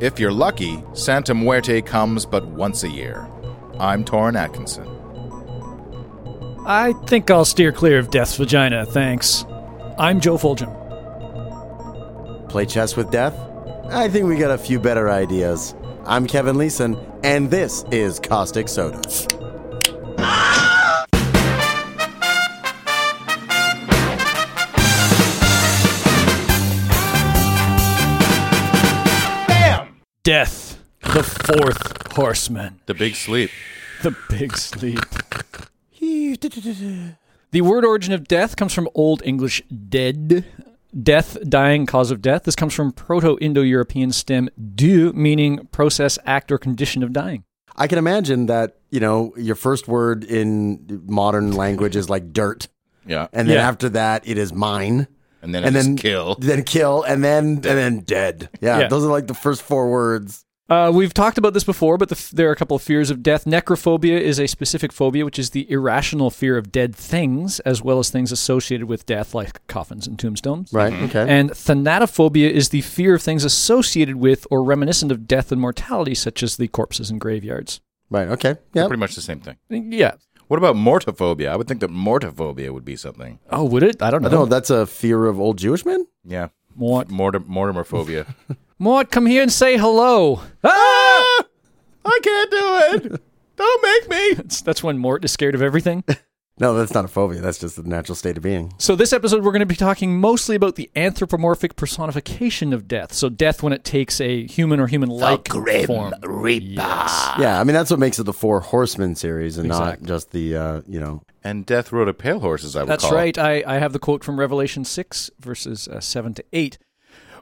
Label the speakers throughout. Speaker 1: If you're lucky, Santa Muerte comes but once a year. I'm Torrin Atkinson.
Speaker 2: I think I'll steer clear of Death's vagina, thanks. I'm Joe Fulgham.
Speaker 3: Play chess with death? I think we got a few better ideas. I'm Kevin Leeson, and this is Caustic Soda.
Speaker 2: Death, the fourth horseman,
Speaker 1: The Big Sleep.
Speaker 2: the big sleep. The word origin of death comes from Old English dead, death, dying, cause of death. This comes from Proto Indo European stem du, meaning process, act, or condition of dying.
Speaker 3: I can imagine that, you know, your first word in modern language is like dirt.
Speaker 1: Yeah.
Speaker 3: And then
Speaker 2: Yeah.
Speaker 3: after that, it is mine.
Speaker 1: And then
Speaker 3: and
Speaker 1: it's
Speaker 3: then
Speaker 1: kill.
Speaker 3: Then kill, and then and then dead. Yeah,
Speaker 2: Yeah.
Speaker 3: those are like the first four words.
Speaker 2: Uh, we've talked about this before, but the, f- there are a couple of fears of death. Necrophobia is a specific phobia, which is the irrational fear of dead things, as well as things associated with death, like coffins and tombstones.
Speaker 3: Right.
Speaker 1: Mm-hmm.
Speaker 3: Okay.
Speaker 2: And thanatophobia is the fear of things associated with or reminiscent of death and mortality, such as the corpses in graveyards.
Speaker 3: right. Okay.
Speaker 1: They're
Speaker 3: Yeah.
Speaker 1: Pretty much the same thing.
Speaker 2: Yeah.
Speaker 1: What about mortophobia? I would think that mortophobia would be something.
Speaker 2: Oh, would it? I don't know.
Speaker 3: I know that's a fear of old Jewish men.
Speaker 1: Yeah.
Speaker 2: Mort,
Speaker 1: Mortar, Mortimerphobia.
Speaker 2: Mort, come here and say hello. Ah!
Speaker 1: I can't do it. Don't make me.
Speaker 2: That's- That's when Mort is scared of everything.
Speaker 3: No, that's not a phobia. That's just the natural state of being.
Speaker 2: So, this episode, we're going to be talking mostly about the anthropomorphic personification of death. So, death when it takes a human or human like form.
Speaker 1: Ah.
Speaker 3: Yeah, I mean that's what makes it the Four Horsemen series and
Speaker 2: Exactly.
Speaker 3: not just the uh, you know.
Speaker 1: And death rode a pale horse, as I would
Speaker 2: That's
Speaker 1: call it.
Speaker 2: right. I, I have the quote from Revelation 6, verses uh, 7 to 8.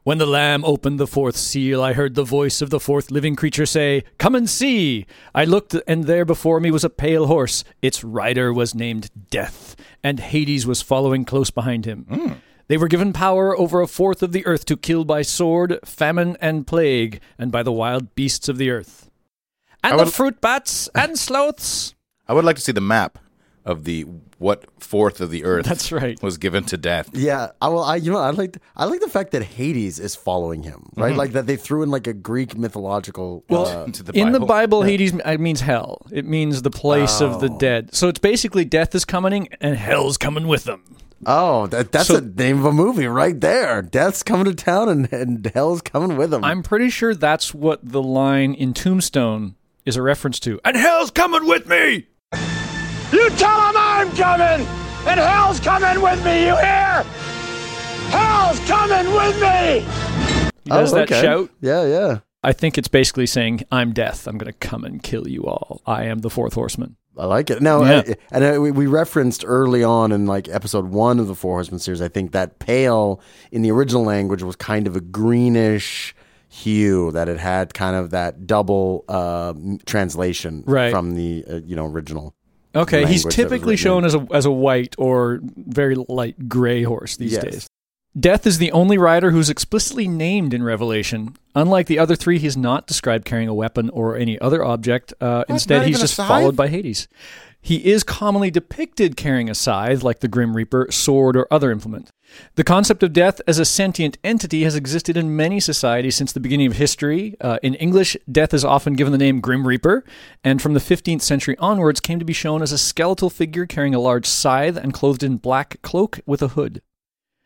Speaker 2: When the Lamb opened the fourth seal, I heard the voice of the fourth living creature say, Come and see! I looked, and there before me was a pale horse. Its rider was named Death, and Hades was following close behind him.
Speaker 1: Hmm.
Speaker 2: They were given power over a fourth of the earth to kill by sword, famine, and plague, and by the wild beasts of the earth. And
Speaker 1: I
Speaker 2: the
Speaker 1: would-
Speaker 2: fruit bats and sloths.
Speaker 1: I would like to see the map of the what fourth of the earth
Speaker 2: That's right.
Speaker 1: was given to death.
Speaker 3: Yeah, I well, I you know I like I like the fact that Hades is following him, right? Like that they threw in like a Greek mythological.
Speaker 2: Mm-hmm. Well,
Speaker 3: uh,
Speaker 1: into the
Speaker 2: in the
Speaker 1: Bible.
Speaker 2: Bible, Hades it means hell. It means the place of
Speaker 3: Oh.
Speaker 2: the dead. So it's basically death is coming and hell's coming with them.
Speaker 3: oh, that, that's
Speaker 2: So-
Speaker 3: the name of a movie right there. Death's coming to town and, and hell's coming with him.
Speaker 2: I'm pretty sure that's what the line in Tombstone is a reference to. And hell's coming with me.
Speaker 4: You tell them I'm coming! And hell's coming with me, you hear? Hell's coming with me!
Speaker 2: He does
Speaker 3: Oh,
Speaker 2: that
Speaker 3: okay.
Speaker 2: shout.
Speaker 3: Yeah, yeah.
Speaker 2: I think it's basically saying, "I'm death. I'm going to come and kill you all. I am the fourth horseman."
Speaker 3: I like it. Now,
Speaker 2: Yeah.
Speaker 3: I- and I, we- we referenced early on in like episode one of the Four Horsemen series. I think that pale in the original language was kind of a greenish hue that it had, kind of that double uh, m- translation
Speaker 2: Right.
Speaker 3: from the uh, you know original.
Speaker 2: Okay,
Speaker 3: Language that
Speaker 2: he's
Speaker 3: was
Speaker 2: typically
Speaker 3: written
Speaker 2: shown as a as a white or very light gray horse these
Speaker 3: Yes.
Speaker 2: days. Death is the only rider who's explicitly named in Revelation. Unlike the other three, he's not described carrying a weapon or any other object. Uh, instead,
Speaker 1: Not
Speaker 2: he's
Speaker 1: even a
Speaker 2: just
Speaker 1: scythe?
Speaker 2: followed by Hades. He is commonly depicted carrying a scythe, like the Grim Reaper, sword, or other implement. The concept of death as a sentient entity has existed in many societies since the beginning of history. Uh, in English, death is often given the name Grim Reaper, and from the 15th century onwards came to be shown as a skeletal figure carrying a large scythe and clothed in black cloak with a hood.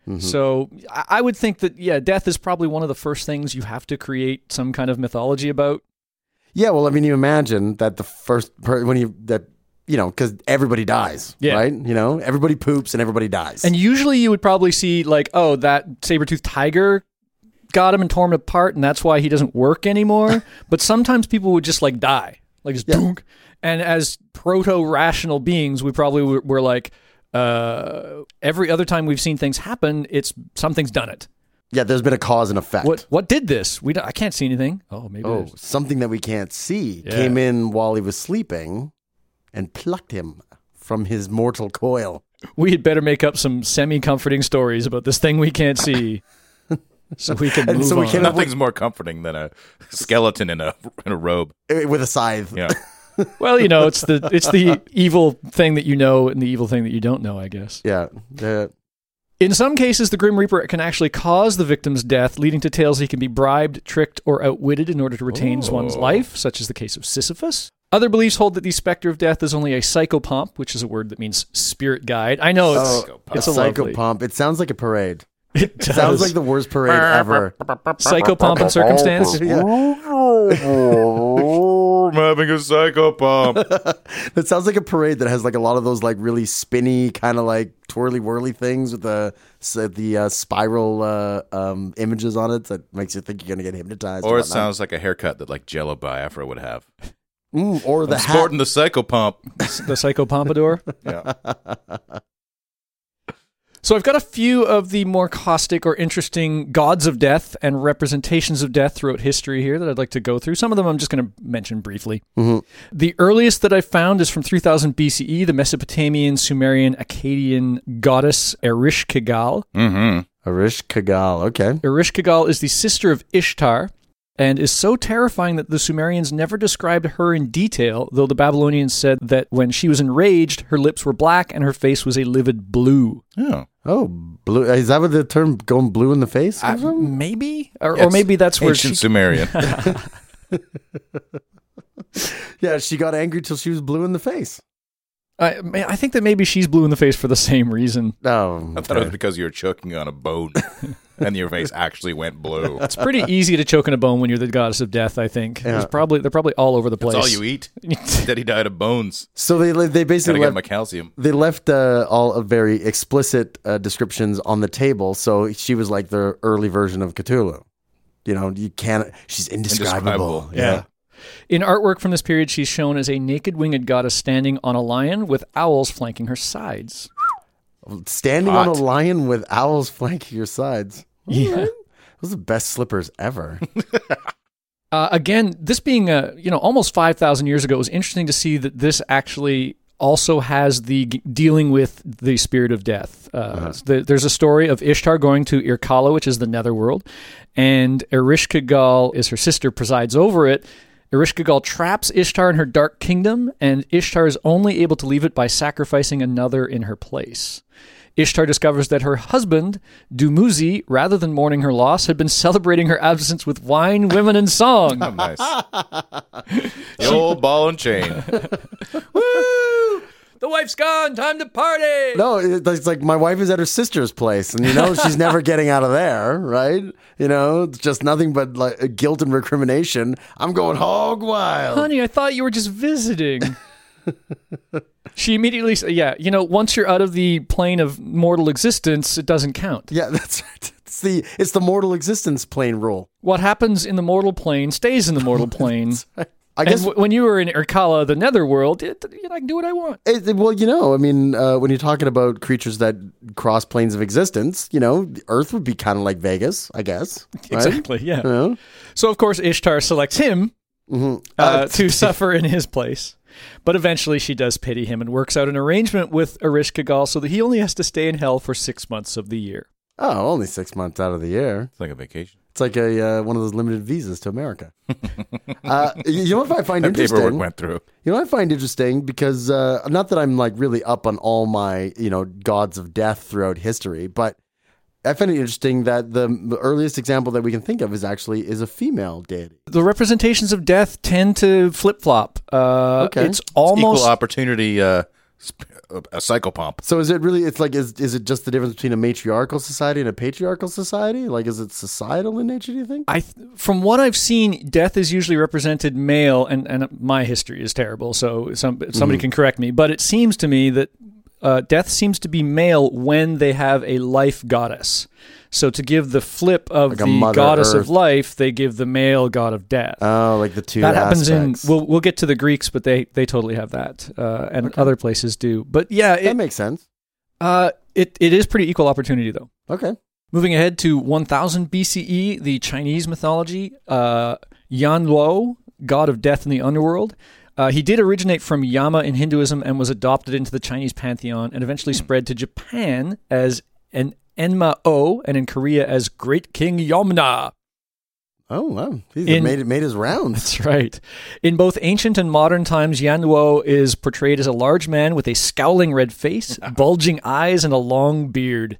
Speaker 3: Mm-hmm.
Speaker 2: So I I would think that yeah, death is probably one of the first things you have to create some kind of mythology about.
Speaker 3: Yeah, well, I mean, you imagine that the first per- when you that you know because everybody dies,
Speaker 2: Yeah.
Speaker 3: right? You know, everybody poops and everybody dies.
Speaker 2: And usually you would probably see like, oh, that saber-toothed tiger got him and tore him apart and that's why he doesn't work anymore. but sometimes people would just like die. Like just dunk. And as proto-rational beings, we probably were, were like uh, every other time we've seen things happen, it's something's done it.
Speaker 3: yeah, there's been a cause and effect.
Speaker 2: What what did this? We don't, I can't see anything. Oh, maybe
Speaker 3: Oh,
Speaker 2: there's-
Speaker 3: something that we can't see
Speaker 2: Yeah.
Speaker 3: came in while he was sleeping and plucked him from his mortal coil.
Speaker 2: we had better make up some semi-comforting stories about this thing we can't see, so we can
Speaker 3: And
Speaker 2: move
Speaker 3: so we
Speaker 2: on.
Speaker 3: came up
Speaker 1: Nothing's more comforting than a skeleton in a in a robe.
Speaker 3: Eh, with a scythe.
Speaker 1: Yeah.
Speaker 2: Well, you know, it's the it's the evil thing that you know and the evil thing that you don't know, I guess.
Speaker 3: Yeah. Uh,
Speaker 2: In some cases, the Grim Reaper can actually cause the victim's death, leading to tales he can be bribed, tricked, or outwitted in order to retain
Speaker 3: Oh.
Speaker 2: one's life, such as the case of Sisyphus. Other beliefs hold that the specter of death is only a psychopomp, which is a word that means spirit guide. I know it's, it's a,
Speaker 3: Oh, a
Speaker 2: lovely.
Speaker 3: psychopomp. It sounds like a parade.
Speaker 2: It does.
Speaker 3: Sounds like the worst parade ever.
Speaker 2: psychopomp and circumstance.
Speaker 1: I'm having a psycho pump.
Speaker 3: That sounds like a parade that has like a lot of those like really spinny kind of like twirly whirly things with the s- the uh, spiral uh, um, images on it that makes you think you're gonna get hypnotized.
Speaker 1: or
Speaker 3: and
Speaker 1: it
Speaker 3: whatnot.
Speaker 1: sounds like a haircut that like Jello Biafra would have.
Speaker 3: Mm, or the hat.
Speaker 1: Sporting the psycho pump.
Speaker 2: the psycho pompadour.
Speaker 1: Yeah.
Speaker 2: So I've got a few of the more caustic or interesting gods of death and representations of death throughout history here that I'd like to go through. Some of them I'm just going to mention briefly. The earliest that I found is from 3000 BCE, E, the Mesopotamian, Sumerian, Akkadian goddess Erishkigal.
Speaker 1: mm-hmm.
Speaker 3: Arish Kagal. Okay.
Speaker 2: Erishkigal is the sister of Ishtar and is so terrifying that the Sumerians never described her in detail, though the Babylonians said that when she was enraged, her lips were black and her face was a livid blue.
Speaker 1: Yeah.
Speaker 3: Oh, blue. Is that what the term going blue in the face? comes from?
Speaker 2: Maybe, or, or
Speaker 1: It's
Speaker 2: maybe that's where
Speaker 1: Ancient
Speaker 2: she.
Speaker 1: Sumerian.
Speaker 3: yeah, she got angry till she was blue in the face.
Speaker 2: I, may- Uh, I think that maybe she's blue in the face for the same reason.
Speaker 3: Oh,
Speaker 1: I thought it was because you were choking on a bone and your face actually went blue. That's
Speaker 2: It's pretty easy to choke in a bone when you're the goddess of death. I think There's probably they're probably all over the place.
Speaker 1: all you eat. Daddy died of bones.
Speaker 3: so they they basically
Speaker 1: Gotta get
Speaker 3: left,
Speaker 1: my calcium.
Speaker 3: they left uh, all of very explicit uh, descriptions on the table. So she was like the early version of Cthulhu. You know, you can't. She's indescribable.
Speaker 1: Indescribable.
Speaker 3: Yeah.
Speaker 2: In artwork from this period, she's shown as a naked winged goddess standing on a lion with owls flanking her sides.
Speaker 3: standing on
Speaker 1: Hot.
Speaker 3: a lion with owls flanking your sides.
Speaker 2: Yeah.
Speaker 3: Those are the best slippers ever.
Speaker 2: Uh, again, this being uh, you know almost five thousand years ago, it was interesting to see that this actually also has the g- dealing with the spirit of death. Uh, so the- there's a story of Ishtar going to Irkala, which is the netherworld, and Erishkigal is her sister, presides over it. Erishkigal traps Ishtar in her dark kingdom, and Ishtar is only able to leave it by sacrificing another in her place. Ishtar discovers that her husband, Dumuzi, rather than mourning her loss, had been celebrating her absence with wine, women, and song.
Speaker 1: Oh, nice. the old ball and chain.
Speaker 2: The wife's gone. Time to party.
Speaker 3: no, it- it's like my wife is at her sister's place, and you know she's never getting out of there, right? You know, it's just nothing but like guilt and recrimination. I'm going hog wild.
Speaker 2: Honey, I thought you were just visiting. she immediately said, Yeah, you know, once you're out of the plane of mortal existence, it doesn't count.
Speaker 3: Yeah, that's right. It's the it's the mortal existence plane rule.
Speaker 2: What happens in the mortal plane stays in the mortal plane.
Speaker 3: I
Speaker 2: And
Speaker 3: guess.
Speaker 2: w- when you were in Urkala, the netherworld, it, you know, I can do what I want.
Speaker 3: It, it- well, you know, I mean, uh, when you're talking about creatures that cross planes of existence, you know, Earth would be kind of like Vegas, I guess. right?
Speaker 2: Exactly, yeah. So, of course, Ishtar selects him uh, to suffer in his place. But eventually, she does pity him and works out an arrangement with Erishkigal so that he only has to stay in hell for six months of the year.
Speaker 3: Oh, only six months out of the year.
Speaker 1: It's like a vacation.
Speaker 3: It's like a uh, one of those limited visas to America. uh, you know what I find
Speaker 1: That paperwork
Speaker 3: interesting?
Speaker 1: went through.
Speaker 3: You know what I find interesting because uh, not that I'm like really up on all my you know gods of death throughout history, but I find it interesting that the, the earliest example that we can think of is actually is a female deity.
Speaker 2: the representations of death tend to flip flop. Uh,
Speaker 3: Okay.
Speaker 2: It's
Speaker 1: Equal
Speaker 2: almost
Speaker 1: opportunity uh, sp- a psychopomp.
Speaker 3: So is it really? It's like is is it just the difference between a matriarchal society and a patriarchal society? Like is it societal in nature? Do you think?
Speaker 2: I, th- from what I've seen, death is usually represented male, and, and my history is terrible, so some,
Speaker 3: Mm-hmm.
Speaker 2: somebody can correct me. But it seems to me that uh, death seems to be male when they have a life goddess. So to give the flip of
Speaker 3: a
Speaker 2: the
Speaker 3: Mother
Speaker 2: goddess
Speaker 3: Earth.
Speaker 2: of life, they give the male god of death.
Speaker 3: Oh, like the two
Speaker 2: that happens
Speaker 3: aspects.
Speaker 2: in we'll we'll get to the Greeks, but they they totally have that, uh, and other places do. But yeah,
Speaker 3: that
Speaker 2: it,
Speaker 3: makes sense.
Speaker 2: uh, it it is pretty equal opportunity though.
Speaker 3: Okay.
Speaker 2: Moving ahead to 1000 BCE, E, the Chinese mythology, uh, Yan Luo, god of death in the underworld. Uh, he did originate from Yama in Hinduism and was adopted into the Chinese pantheon and eventually spread to Japan as an Enma O and in Korea as Great King Yomna.
Speaker 3: Oh wow, he's
Speaker 2: In-
Speaker 3: made it made his rounds.
Speaker 2: That's right. In both ancient and modern times, Yan Luo is portrayed as a large man with a scowling red face, bulging eyes, and a long beard.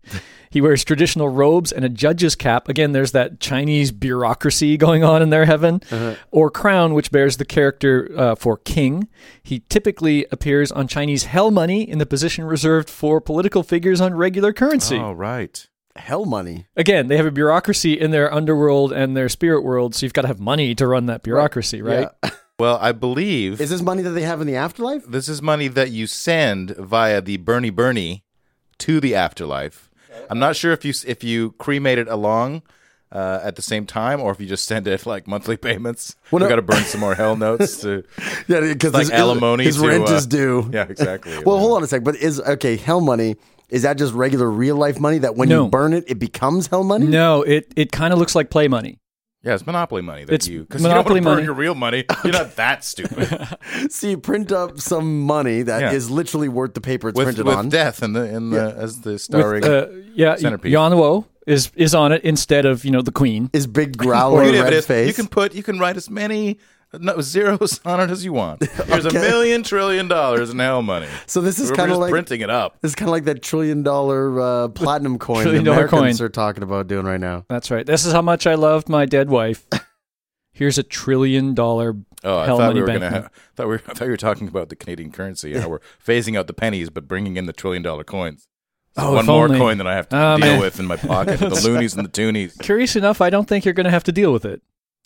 Speaker 2: He wears traditional robes and a judge's cap. Again, there's that Chinese bureaucracy going on in their heaven, or crown, which bears the character uh, for king. He typically appears on Chinese hell money in the position reserved for political figures on regular currency.
Speaker 1: All right.
Speaker 3: Hell money.
Speaker 2: Again, they have a bureaucracy in their underworld and their spirit world, so you've got to have money to run that bureaucracy, right?
Speaker 3: Yeah.
Speaker 1: Well, I believe
Speaker 3: Is this money that they have in the afterlife?
Speaker 1: this is money that you send via the Bernie Bernie to the afterlife. I'm not sure if you if you cremate it along uh, at the same time or if you just send it like monthly payments.
Speaker 3: Well,
Speaker 1: we
Speaker 3: no-
Speaker 1: got to burn some more hell notes to
Speaker 3: Yeah, because
Speaker 1: like alimony.
Speaker 3: His
Speaker 1: to,
Speaker 3: rent
Speaker 1: uh,
Speaker 3: is due.
Speaker 1: Yeah, exactly.
Speaker 3: Well, hold on a sec. But is okay? Hell money is that just regular real life money that when
Speaker 2: No.
Speaker 3: you burn it, it becomes hell money?
Speaker 2: No, it it kind of looks like play money.
Speaker 1: Yeah, it's monopoly money that
Speaker 2: It's
Speaker 1: you because you don't want
Speaker 2: monopoly
Speaker 1: to burn
Speaker 2: money.
Speaker 1: your real money. You're not that stupid.
Speaker 3: So you print up some money that is
Speaker 1: Yeah.
Speaker 3: literally worth the paper it's
Speaker 1: with
Speaker 3: printed
Speaker 1: with
Speaker 3: on.
Speaker 1: death and the in the as the starring.
Speaker 2: With, uh, yeah,
Speaker 1: centerpiece.
Speaker 2: Yan Wo is is on it instead of you know the Queen.
Speaker 3: Is big
Speaker 1: Or you
Speaker 3: growling
Speaker 1: can have it
Speaker 3: red
Speaker 1: as-
Speaker 3: face?
Speaker 1: You can put you can write as many no, zeros on it as you want. There's
Speaker 3: Okay.
Speaker 1: a million trillion dollars in hell money.
Speaker 3: so this is
Speaker 1: We're
Speaker 3: kind of
Speaker 1: just
Speaker 3: like
Speaker 1: printing it up.
Speaker 3: this is kind of like that trillion dollar uh, platinum coin
Speaker 2: trillion
Speaker 3: that
Speaker 2: dollar
Speaker 3: Americans
Speaker 2: coin.
Speaker 3: are talking about doing right now.
Speaker 2: That's right. This is how much I loved my dead wife. Here's a trillion dollar
Speaker 1: Oh, I
Speaker 2: hell
Speaker 1: thought we
Speaker 2: money
Speaker 1: were
Speaker 2: banknote.
Speaker 1: gonna. I thought we were, I thought you were talking about the Canadian currency. How we're phasing out the pennies, but bringing in the trillion dollar coins.
Speaker 2: Oh,
Speaker 1: One
Speaker 2: if
Speaker 1: more
Speaker 2: only.
Speaker 1: coin that I have to
Speaker 2: Oh,
Speaker 1: deal
Speaker 2: man.
Speaker 1: with in my pocket. the loonies and the toonies.
Speaker 2: Curious enough, I don't think you're going to have to deal with it.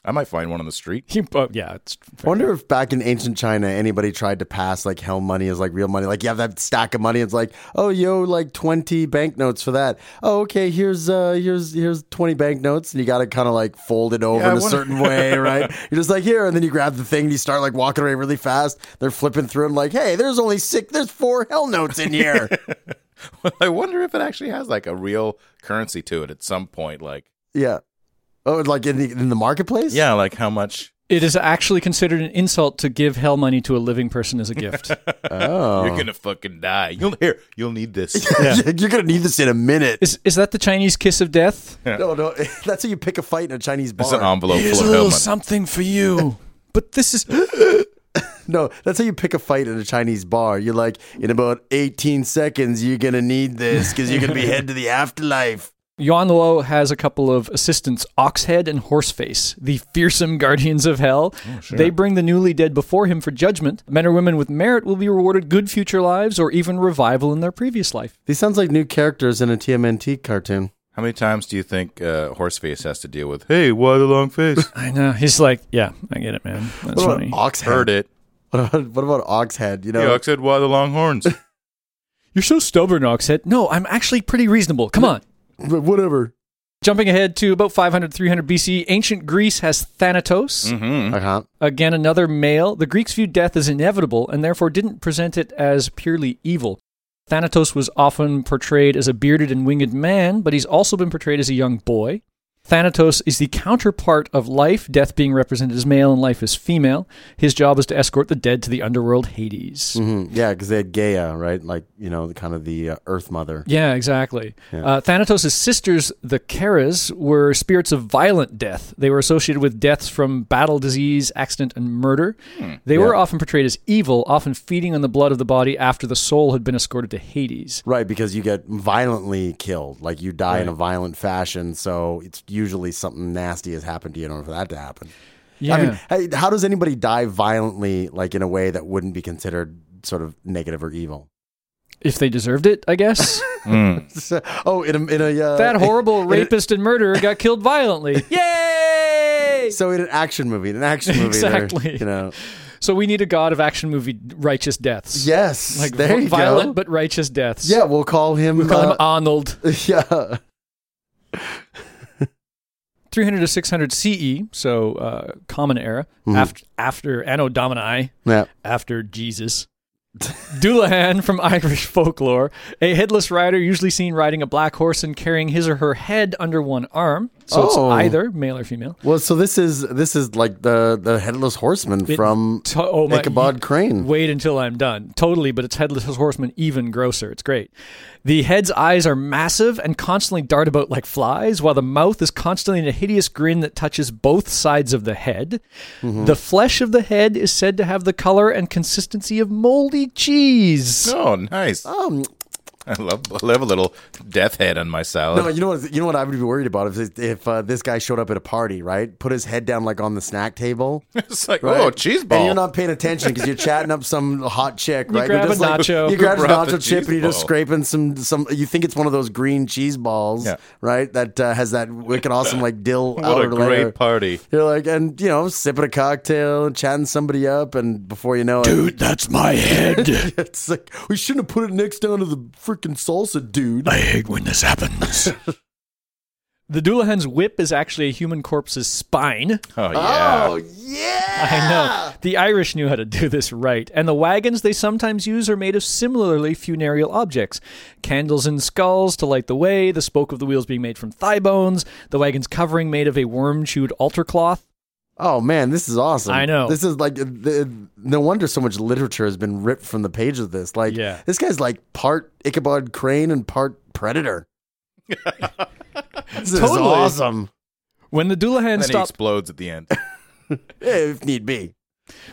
Speaker 1: I might find one on the street.
Speaker 2: You- oh, yeah, it's
Speaker 3: I wonder if back in ancient China anybody tried to pass like hell money as like real money. Like you have that stack of money, it's like, oh yo, like twenty banknotes for that. Oh, okay, here's uh here's here's twenty banknotes and you gotta kinda like fold it over
Speaker 1: Yeah, I
Speaker 3: in a
Speaker 1: wonder-
Speaker 3: certain way, right? You're just like here, and then you grab the thing and you start like walking away really fast. They're flipping through and like, hey, there's only six there's four hell notes in here.
Speaker 1: I wonder if it actually has like a real currency to it at some point. Like,
Speaker 3: yeah. Oh, like in the in the marketplace?
Speaker 1: yeah, like how much
Speaker 2: it is actually considered an insult to give hell money to a living person as a gift.
Speaker 3: Oh.
Speaker 1: you're gonna fucking die. You'll here. You'll need this.
Speaker 3: You're gonna need this in a minute.
Speaker 2: is is that the Chinese kiss of death?
Speaker 3: No, no, that's how you pick a fight in a Chinese bar.
Speaker 1: It's um, an envelope
Speaker 2: Here's
Speaker 1: full
Speaker 2: a
Speaker 1: of hell
Speaker 2: little
Speaker 1: money.
Speaker 2: something for you. But this is
Speaker 3: No, that's how you pick a fight at a Chinese bar. You're like, in about 18 seconds, you're going to need this because you're going to be head to the afterlife.
Speaker 2: Yuan Luo has a couple of assistants, Oxhead and Horseface, the fearsome guardians of hell. They bring the newly dead before him for judgment. Men or women with merit will be rewarded good future lives or even revival in their previous life.
Speaker 3: These sounds like new characters in a TMNT cartoon.
Speaker 1: How many times do you think uh, Horseface has to deal with? Hey, why the long face?
Speaker 2: I know. He's like, yeah, I get it, man. That's
Speaker 3: What
Speaker 2: funny.
Speaker 3: about Oxhead?
Speaker 1: Heard it.
Speaker 3: What about, what about Oxhead? You know,
Speaker 1: Yuck said, "Why the long horns?"
Speaker 2: You're so stubborn, Oxhead. No, I'm actually pretty reasonable. Come on.
Speaker 3: but whatever.
Speaker 2: Jumping ahead to about 500, 300 BC, ancient Greece has Thanatos.
Speaker 1: mm-hmm.
Speaker 3: Uh-huh.
Speaker 2: Again, another male. The Greeks viewed death as inevitable and therefore didn't present it as purely evil. Thanatos was often portrayed as a bearded and winged man, but he's also been portrayed as a young boy. Thanatos is the counterpart of life, death being represented as male and life as female. His job is to escort the dead to the underworld Hades.
Speaker 3: Mhm. Yeah, because they had Gaia, right? Like, you know, the kind of the uh, Earth Mother.
Speaker 2: Yeah, exactly. Uh, Thanatos' sisters, the Keras, were spirits of violent death. They were associated with deaths from battle, disease, accident, and murder. They were
Speaker 3: Yeah.
Speaker 2: often portrayed as evil, often feeding on the blood of the body after the soul had been escorted to Hades.
Speaker 3: Right, because you get violently killed. Like, you die in a violent fashion. So it's usually something nasty has happened to you in order for that to happen.
Speaker 2: Yeah.
Speaker 3: I mean, hey, how does anybody die violently, like in a way that wouldn't be considered sort of negative or evil?
Speaker 2: if they deserved it, I guess.
Speaker 3: oh, in a, in a uh,
Speaker 2: that horrible rapist and murderer got killed violently. Yay!
Speaker 3: So in an action movie, in an action movie, they're,
Speaker 2: Exactly.
Speaker 3: You know,
Speaker 2: So we need a god of action movie righteous deaths.
Speaker 3: yes,
Speaker 2: Like
Speaker 3: there
Speaker 2: vi-
Speaker 3: you
Speaker 2: violent
Speaker 3: go.
Speaker 2: but righteous deaths.
Speaker 3: yeah, we'll call him.
Speaker 2: We call him
Speaker 3: uh,
Speaker 2: Arnold.
Speaker 3: yeah,
Speaker 2: 300 to 600 CE, so uh, common era, after after Anno Domini,
Speaker 3: yeah.
Speaker 2: after Jesus. Doulahan from Irish folklore, a headless rider usually seen riding a black horse and carrying his or her head under one arm. So it's
Speaker 3: Oh.
Speaker 2: either male or female.
Speaker 3: Well, so this is this is like the the headless horseman from
Speaker 2: to- oh my-
Speaker 3: Ichabod Crane.
Speaker 2: Wait until I'm done. Totally, but it's Headless Horseman even grosser. It's great. The head's eyes are massive and constantly dart about like flies, while the mouth is constantly in a hideous grin that touches both sides of the head.
Speaker 3: Mm-hmm.
Speaker 2: The flesh of the head is said to have the color and consistency of moldy cheese.
Speaker 1: Oh, nice.
Speaker 3: Um,
Speaker 1: I love, I love a little death head on my salad.
Speaker 3: no, you know what? You know what I would be worried about if if uh, this guy showed up at a party, right? Put his head down like on the snack table.
Speaker 1: it's like,
Speaker 3: Right?
Speaker 1: oh, cheese
Speaker 3: And
Speaker 1: ball.
Speaker 3: you're not paying attention because you're chatting up some hot chick, right? You're
Speaker 2: grab a
Speaker 3: like-
Speaker 2: nacho.
Speaker 3: You grab a
Speaker 1: Brought the
Speaker 3: nacho chip
Speaker 1: cheese
Speaker 3: and you're just
Speaker 1: ball.
Speaker 3: scraping some some. You think it's one of those green cheese balls,
Speaker 1: Yeah.
Speaker 3: right? That uh, has that wicked awesome like dill
Speaker 1: what a
Speaker 3: outer
Speaker 1: great
Speaker 3: layer.
Speaker 1: party.
Speaker 3: You're like, and you know, sipping a cocktail, chatting somebody up, and before you know it, dude,
Speaker 5: That's my head.
Speaker 3: it's like we shouldn't have put it next down to the freaking salsa, dude.
Speaker 5: I hate when this happens.
Speaker 2: The Doulahan's whip is actually a human corpse's spine.
Speaker 1: Oh, yeah.
Speaker 3: Oh yeah,
Speaker 2: I know. The Irish knew how to do this right. And the wagons they sometimes use are made of similarly funereal objects candles and skulls to light the way, the spoke of the wheels being made from thigh bones, the wagon's covering made of a worm chewed altar cloth.
Speaker 3: Oh man, this is awesome.
Speaker 2: I know.
Speaker 3: This is like uh, the, no wonder so much literature has been ripped from the page of this. Like
Speaker 2: Yeah.
Speaker 3: this guy's like part Ichabod Crane and part Predator. this is
Speaker 2: Totally.
Speaker 3: awesome.
Speaker 2: When the Doulahan
Speaker 1: And then he
Speaker 2: stops
Speaker 1: explodes at the end.
Speaker 3: Oh, If need be.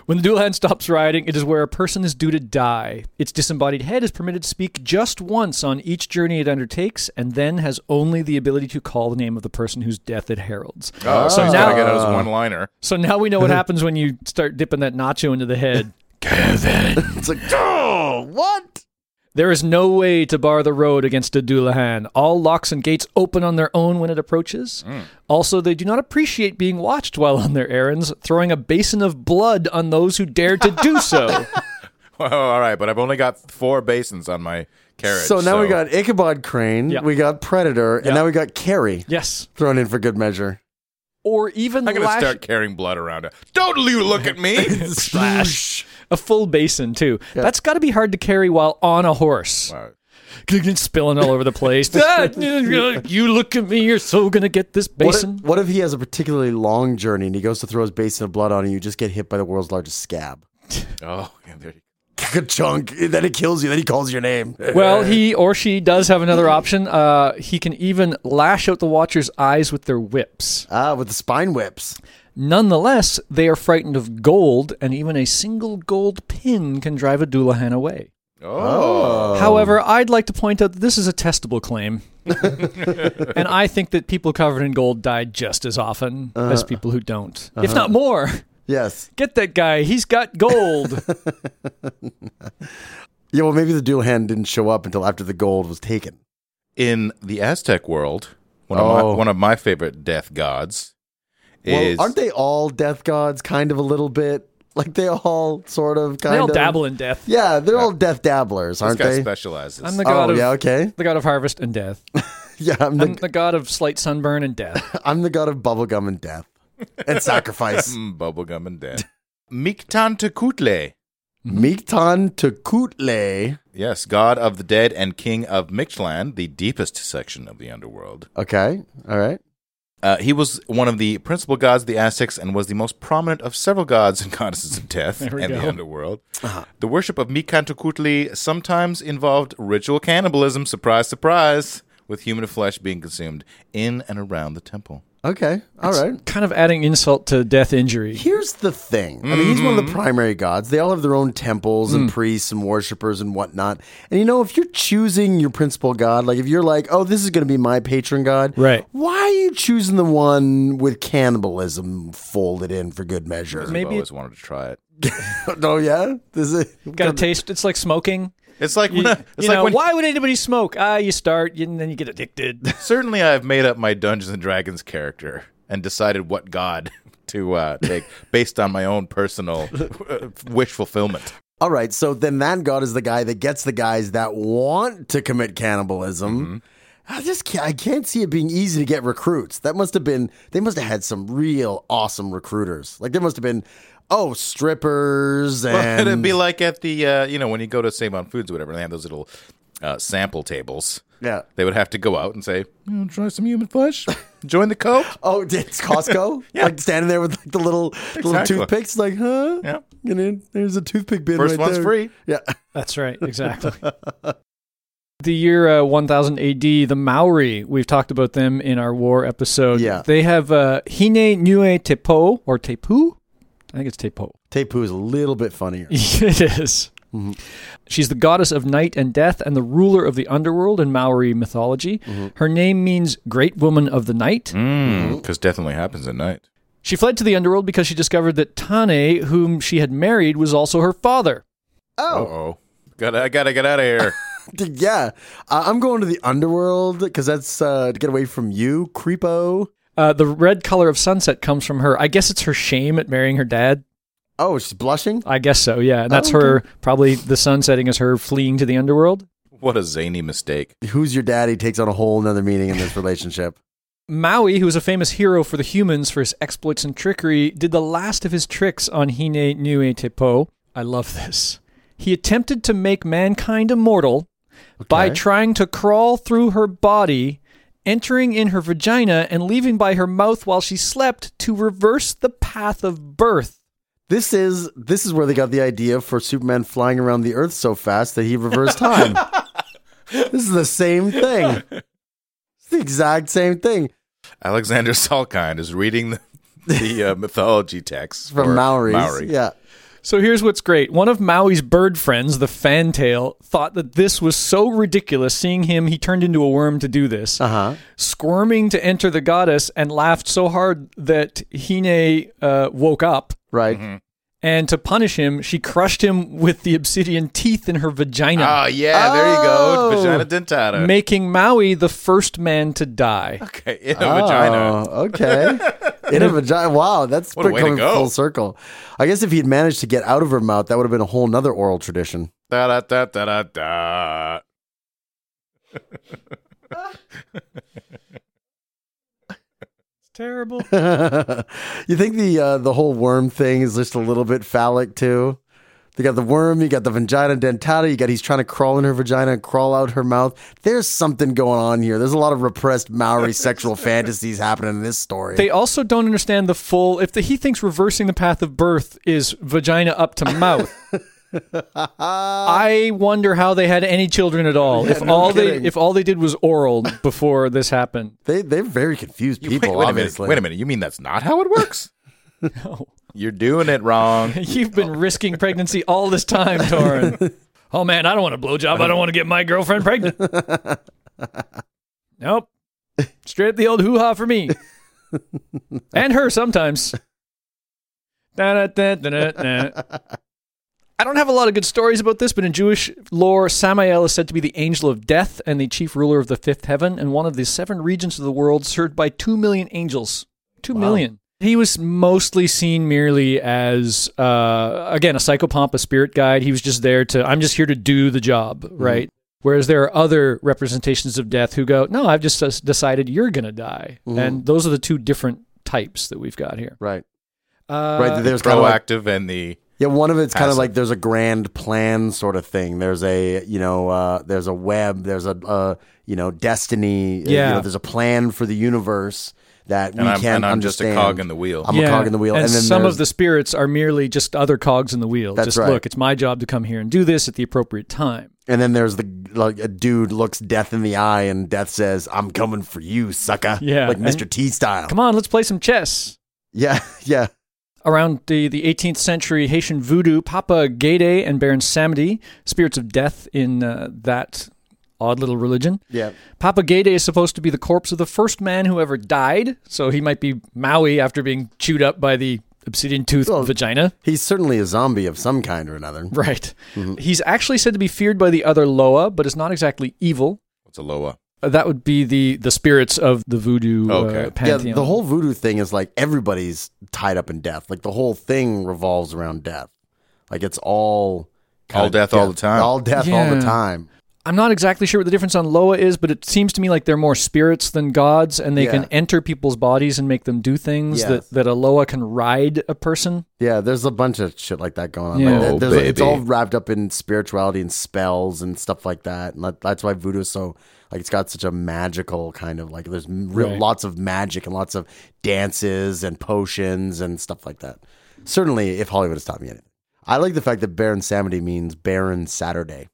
Speaker 2: When the dual hand stops riding, it is where a person is due to die. Its disembodied head is permitted to speak just once on each journey it undertakes, and then has only the ability to call the name of the person whose death it heralds.
Speaker 1: Oh, so he's got
Speaker 2: now-
Speaker 1: to get his one liner.
Speaker 2: So now we know what happens when you start dipping that nacho into the head.
Speaker 3: It's like, oh, what?
Speaker 2: There is no way to bar the road against a Doulahan. All locks and gates open on their own when it approaches. Also, they do not appreciate being watched while on their errands, throwing a basin of blood on those who dare to do so.
Speaker 1: Well, all right, but I've only got four basins on my carriage.
Speaker 3: So now we got Ichabod Crane,
Speaker 2: Yeah.
Speaker 3: we got Predator,
Speaker 2: Yeah.
Speaker 3: and now we got Carrie
Speaker 2: yes.
Speaker 3: thrown in for good measure.
Speaker 2: Or even
Speaker 1: I'm gonna
Speaker 2: lash-
Speaker 1: start carrying blood around. Don't you look at me!
Speaker 2: Splash. A full basin too. That's got to be hard to carry while on a horse.
Speaker 1: Wow.
Speaker 2: Spilling all over the place. Ah, you look at me. You're so gonna get this
Speaker 3: What if,
Speaker 2: basin.
Speaker 3: what if he has a particularly long journey and he goes to throw his basin of blood on you, you just get hit by the world's largest scab?
Speaker 1: Oh, yeah, there you
Speaker 3: Chunk. Then it kills you. Then he calls your name.
Speaker 2: well, he or she does have another option. Uh, he can even lash out the watcher's eyes with their whips.
Speaker 3: Ah, with the spine whips.
Speaker 2: Nonetheless, they are frightened of gold, and even a single gold pin can drive a Doulahan away.
Speaker 1: go. Oh,
Speaker 2: However, I'd like to point out that this is a testable claim. and I think that people covered in gold die just as often
Speaker 3: Uh-huh.
Speaker 2: as people who don't, if not more.
Speaker 3: Yes.
Speaker 2: Get that guy. He's got gold.
Speaker 3: Yeah, well, maybe the dual hand didn't show up until after the gold was taken.
Speaker 1: in the Aztec world, one of
Speaker 3: Oh.
Speaker 1: my, one of my favorite death gods is
Speaker 3: Well, aren't they all death gods, kind of a little bit? Like they all sort of kind
Speaker 2: they all
Speaker 3: of
Speaker 2: dabble in death.
Speaker 3: Yeah, they're all death dabblers,
Speaker 1: this
Speaker 3: aren't
Speaker 1: guy
Speaker 3: they?
Speaker 1: specializes.
Speaker 2: I'm the god
Speaker 3: Oh
Speaker 2: of
Speaker 3: yeah, okay.
Speaker 2: the god of harvest and death.
Speaker 3: Yeah, I'm
Speaker 2: I'm
Speaker 3: the,
Speaker 2: the god of slight sunburn and death.
Speaker 3: I'm the god of bubblegum and death and sacrifice.
Speaker 1: Mm, bubblegum and death. Mictan Tekutle.
Speaker 3: Miktan Tekutle.
Speaker 1: Yes, god of the dead and king of Mictlan, the deepest section of the underworld.
Speaker 3: Okay, all right.
Speaker 1: Uh, he was one of the principal gods of the Aztecs and was the most prominent of several gods and goddesses of death
Speaker 2: There
Speaker 1: and
Speaker 2: we
Speaker 1: the
Speaker 2: go.
Speaker 1: underworld. The worship of Micantocutli sometimes involved ritual cannibalism, surprise, surprise, with human flesh being consumed in and around the temple.
Speaker 3: Okay, all right.
Speaker 2: Kind of adding insult to death injury.
Speaker 3: Here's the thing. I mean, he's one of
Speaker 2: Mm-hmm.
Speaker 3: the primary gods. They all have their own temples
Speaker 2: Mm.
Speaker 3: and priests and worshipers and whatnot. And you know, if you're choosing your principal god, like if you're like, oh, this is going to be my patron god,
Speaker 2: Right.
Speaker 3: Why are you choosing the one with cannibalism folded in for good measure?
Speaker 1: I've
Speaker 2: Maybe
Speaker 1: always wanted to try it.
Speaker 3: oh yeah, this is
Speaker 2: got a taste. It's like smoking.
Speaker 1: It's like
Speaker 2: You,
Speaker 1: when, it's
Speaker 2: you
Speaker 1: like
Speaker 2: know,
Speaker 1: when,
Speaker 2: why would anybody smoke? Ah, you start and then you get addicted.
Speaker 1: certainly I've made up my Dungeons and Dragons character and decided what god to uh, take based on my own personal uh, wish fulfillment.
Speaker 3: All right, so then that god is the guy that gets the guys that want to commit cannibalism.
Speaker 1: Mm-hmm.
Speaker 3: I just can't, I can't see it being easy to get recruits. That must have been they must have had some real awesome recruiters. Like there must have been oh strippers
Speaker 1: Well,
Speaker 3: and
Speaker 1: it'd be like at the uh, you know when you go to Save on Foods or whatever, and they have those little uh, sample tables.
Speaker 3: Yeah.
Speaker 1: They would have to go out and say, you know, try some human flesh, join the cult.
Speaker 3: Oh, it's Costco.
Speaker 1: Yeah.
Speaker 3: Like standing there with like the little little
Speaker 1: Exactly.
Speaker 3: toothpicks. Like, huh?
Speaker 1: Yeah.
Speaker 3: And then there's a toothpick bin.
Speaker 1: First
Speaker 3: right
Speaker 1: one's
Speaker 3: there.
Speaker 1: free.
Speaker 3: Yeah.
Speaker 2: That's right, exactly. the year uh, 1000 AD, the Maori, we've talked about them in our war episode.
Speaker 3: Yeah.
Speaker 2: They have uh, Hine Nue Tepo, or Tepu? I think it's Tepo.
Speaker 3: Tepu is a little bit funnier.
Speaker 2: it is. She's the goddess of night and death and the ruler of the underworld in Maori mythology. Her name means Great Woman of the Night.
Speaker 3: Mm.
Speaker 1: Because Mm, definitely happens at night.
Speaker 2: She fled to the underworld because she discovered that Tane, whom she had married, was also her father.
Speaker 1: Oh. oh Gotta, I gotta get out of here.
Speaker 3: yeah. Uh, I'm going to the underworld because that's uh, to get away from you, creepo.
Speaker 2: Uh, the red color of sunset comes from her. I guess it's her shame at marrying her dad.
Speaker 3: Oh, she's blushing.
Speaker 2: I guess so, yeah. And that's
Speaker 3: Oh, okay.
Speaker 2: her, probably the sun setting is her fleeing to the underworld.
Speaker 1: what a zany mistake.
Speaker 3: Who's your daddy takes on a whole nother meaning in this relationship.
Speaker 2: Maui, who was a famous hero for the humans for his exploits and trickery, did the last of his tricks on Hine Nui Te Po. I love this. He attempted to make mankind immortal by
Speaker 3: Okay.
Speaker 2: trying to crawl through her body, entering in her vagina and leaving by her mouth while she slept to reverse the path of birth.
Speaker 3: This is this is where they got the idea for Superman flying around the Earth so fast that he reversed time. this is the same thing. It's the exact same thing.
Speaker 1: Alexander Salkind is reading the, the uh, mythology texts
Speaker 3: From
Speaker 1: for
Speaker 3: Maori's.
Speaker 1: Maori.
Speaker 3: Yeah.
Speaker 2: So here's what's great. One of Maui's bird friends, the fantail, thought that this was so ridiculous seeing him, he turned into a worm to do this,
Speaker 3: Uh-huh.
Speaker 2: squirming to enter the goddess, and laughed so hard that Hine uh, woke up.
Speaker 3: Right.
Speaker 1: Mm-hmm.
Speaker 2: And to punish him, she crushed him with the obsidian teeth in her vagina,
Speaker 1: Oh yeah, there you
Speaker 3: Oh.
Speaker 1: go. Vagina dentata.
Speaker 2: making Maui the first man to die.
Speaker 1: okay, in a vagina.
Speaker 3: Oh, okay. In a vagina. Wow, that's
Speaker 1: What a way to
Speaker 3: coming
Speaker 1: go.
Speaker 3: full circle. I guess if he had managed to get out of her mouth, that would have been a whole nother oral tradition.
Speaker 1: Da da da da da da.
Speaker 2: It's terrible.
Speaker 3: you think the uh, the whole worm thing is just a little bit phallic too? They got the worm, you got the vagina dentata, you got he's trying to crawl in her vagina and crawl out her mouth. There's something going on here. There's a lot of repressed Maori sexual fantasies happening in this story.
Speaker 2: They also don't understand the full. If the, he thinks reversing the path of birth is vagina up to mouth,
Speaker 3: Oh.
Speaker 2: I wonder how they had any children at all. if all
Speaker 3: kidding.
Speaker 2: they if all they did was oral before this happened.
Speaker 3: they they're very confused people,
Speaker 1: wait, wait
Speaker 3: obviously.
Speaker 1: a minute. Wait a minute. You mean that's not how it works? You're doing it wrong.
Speaker 2: You've been risking pregnancy all this time, Torin. oh man, I don't want a blowjob. I don't want to get my girlfriend pregnant. nope. Straight up the old hoo ha for me. and her sometimes. Da-da-da-da-da-da. I don't have a lot of good stories about this, but in Jewish lore, Samael is said to be the angel of death and the chief ruler of the fifth heaven and one of the seven regions of the world served by two million angels. Two million. He was mostly seen merely as, uh, again, a psychopomp, a spirit guide. He was just there to, I'm just here to do the job, right? Whereas there are other representations of death who go, no, I've just s- decided you're going to die. And those are the two different types that we've got here.
Speaker 3: Right.
Speaker 2: Uh,
Speaker 3: right. There's kind of like
Speaker 1: Proactive and the
Speaker 3: Yeah, one of it's kind of
Speaker 1: Passive.
Speaker 3: like there's a grand plan sort of thing. There's a you know uh, there's a web. There's a uh, you know destiny. uh, you
Speaker 2: Yeah.
Speaker 3: know, there's a plan for the universe that we
Speaker 1: and I'm,
Speaker 3: can't
Speaker 1: and I'm just
Speaker 3: understand.
Speaker 1: a cog in the wheel.
Speaker 3: I'm a cog in the wheel,
Speaker 2: And,
Speaker 3: and then
Speaker 2: some
Speaker 3: there's-
Speaker 2: of the spirits are merely just other cogs in the wheel.
Speaker 3: That's
Speaker 2: just
Speaker 3: right.
Speaker 2: look, it's my job to come here and do this at the appropriate time.
Speaker 3: and then there's the like a dude looks death in the eye, and death says, "I'm coming for you, sucker."
Speaker 2: Yeah,
Speaker 3: like
Speaker 2: and-
Speaker 3: Mr. T style.
Speaker 2: Come on, let's play some chess.
Speaker 3: Yeah, yeah.
Speaker 2: Around the, the 18th century Haitian voodoo, Papa Gede and Baron Samedi, spirits of death in uh, that odd little religion.
Speaker 3: Yeah.
Speaker 2: Papa Gede is supposed to be the corpse of the first man who ever died, so he might be Maui after being chewed up by the obsidian tooth
Speaker 3: Well-
Speaker 2: vagina.
Speaker 3: He's certainly a zombie of some kind or another.
Speaker 2: Right.
Speaker 3: mm-hmm.
Speaker 2: He's actually said to be feared by the other Loa, but is not exactly evil.
Speaker 1: It's a Loa.
Speaker 2: Uh, that would be the the spirits of the voodoo
Speaker 1: Okay.
Speaker 2: uh,
Speaker 1: Yeah,
Speaker 2: pantheon.
Speaker 3: Yeah, the whole voodoo thing is like everybody's tied up in death. Like the whole thing revolves around death. Like it's all
Speaker 1: All
Speaker 3: kinda
Speaker 1: death all the time.
Speaker 3: All death all the
Speaker 2: Yeah.
Speaker 3: time.
Speaker 2: I'm not exactly sure what the difference on Loa is, but it seems to me like they're more spirits than gods, and they
Speaker 3: Yeah.
Speaker 2: can enter people's bodies and make them do things
Speaker 3: Yes.
Speaker 2: that that a Loa can ride a person.
Speaker 3: Yeah, there's a bunch of shit like that going on.
Speaker 2: Yeah.
Speaker 3: Like,
Speaker 1: Oh,
Speaker 3: there's- it's
Speaker 1: baby.
Speaker 3: all wrapped up in spirituality and spells and stuff like that. And that, that's why voodoo is so like it's got such a magical kind of like there's m- real,
Speaker 2: Right.
Speaker 3: lots of magic and lots of dances and potions and stuff like that. Certainly, if Hollywood has taught me anything, I like the fact that Baron Samedi means Baron Saturday.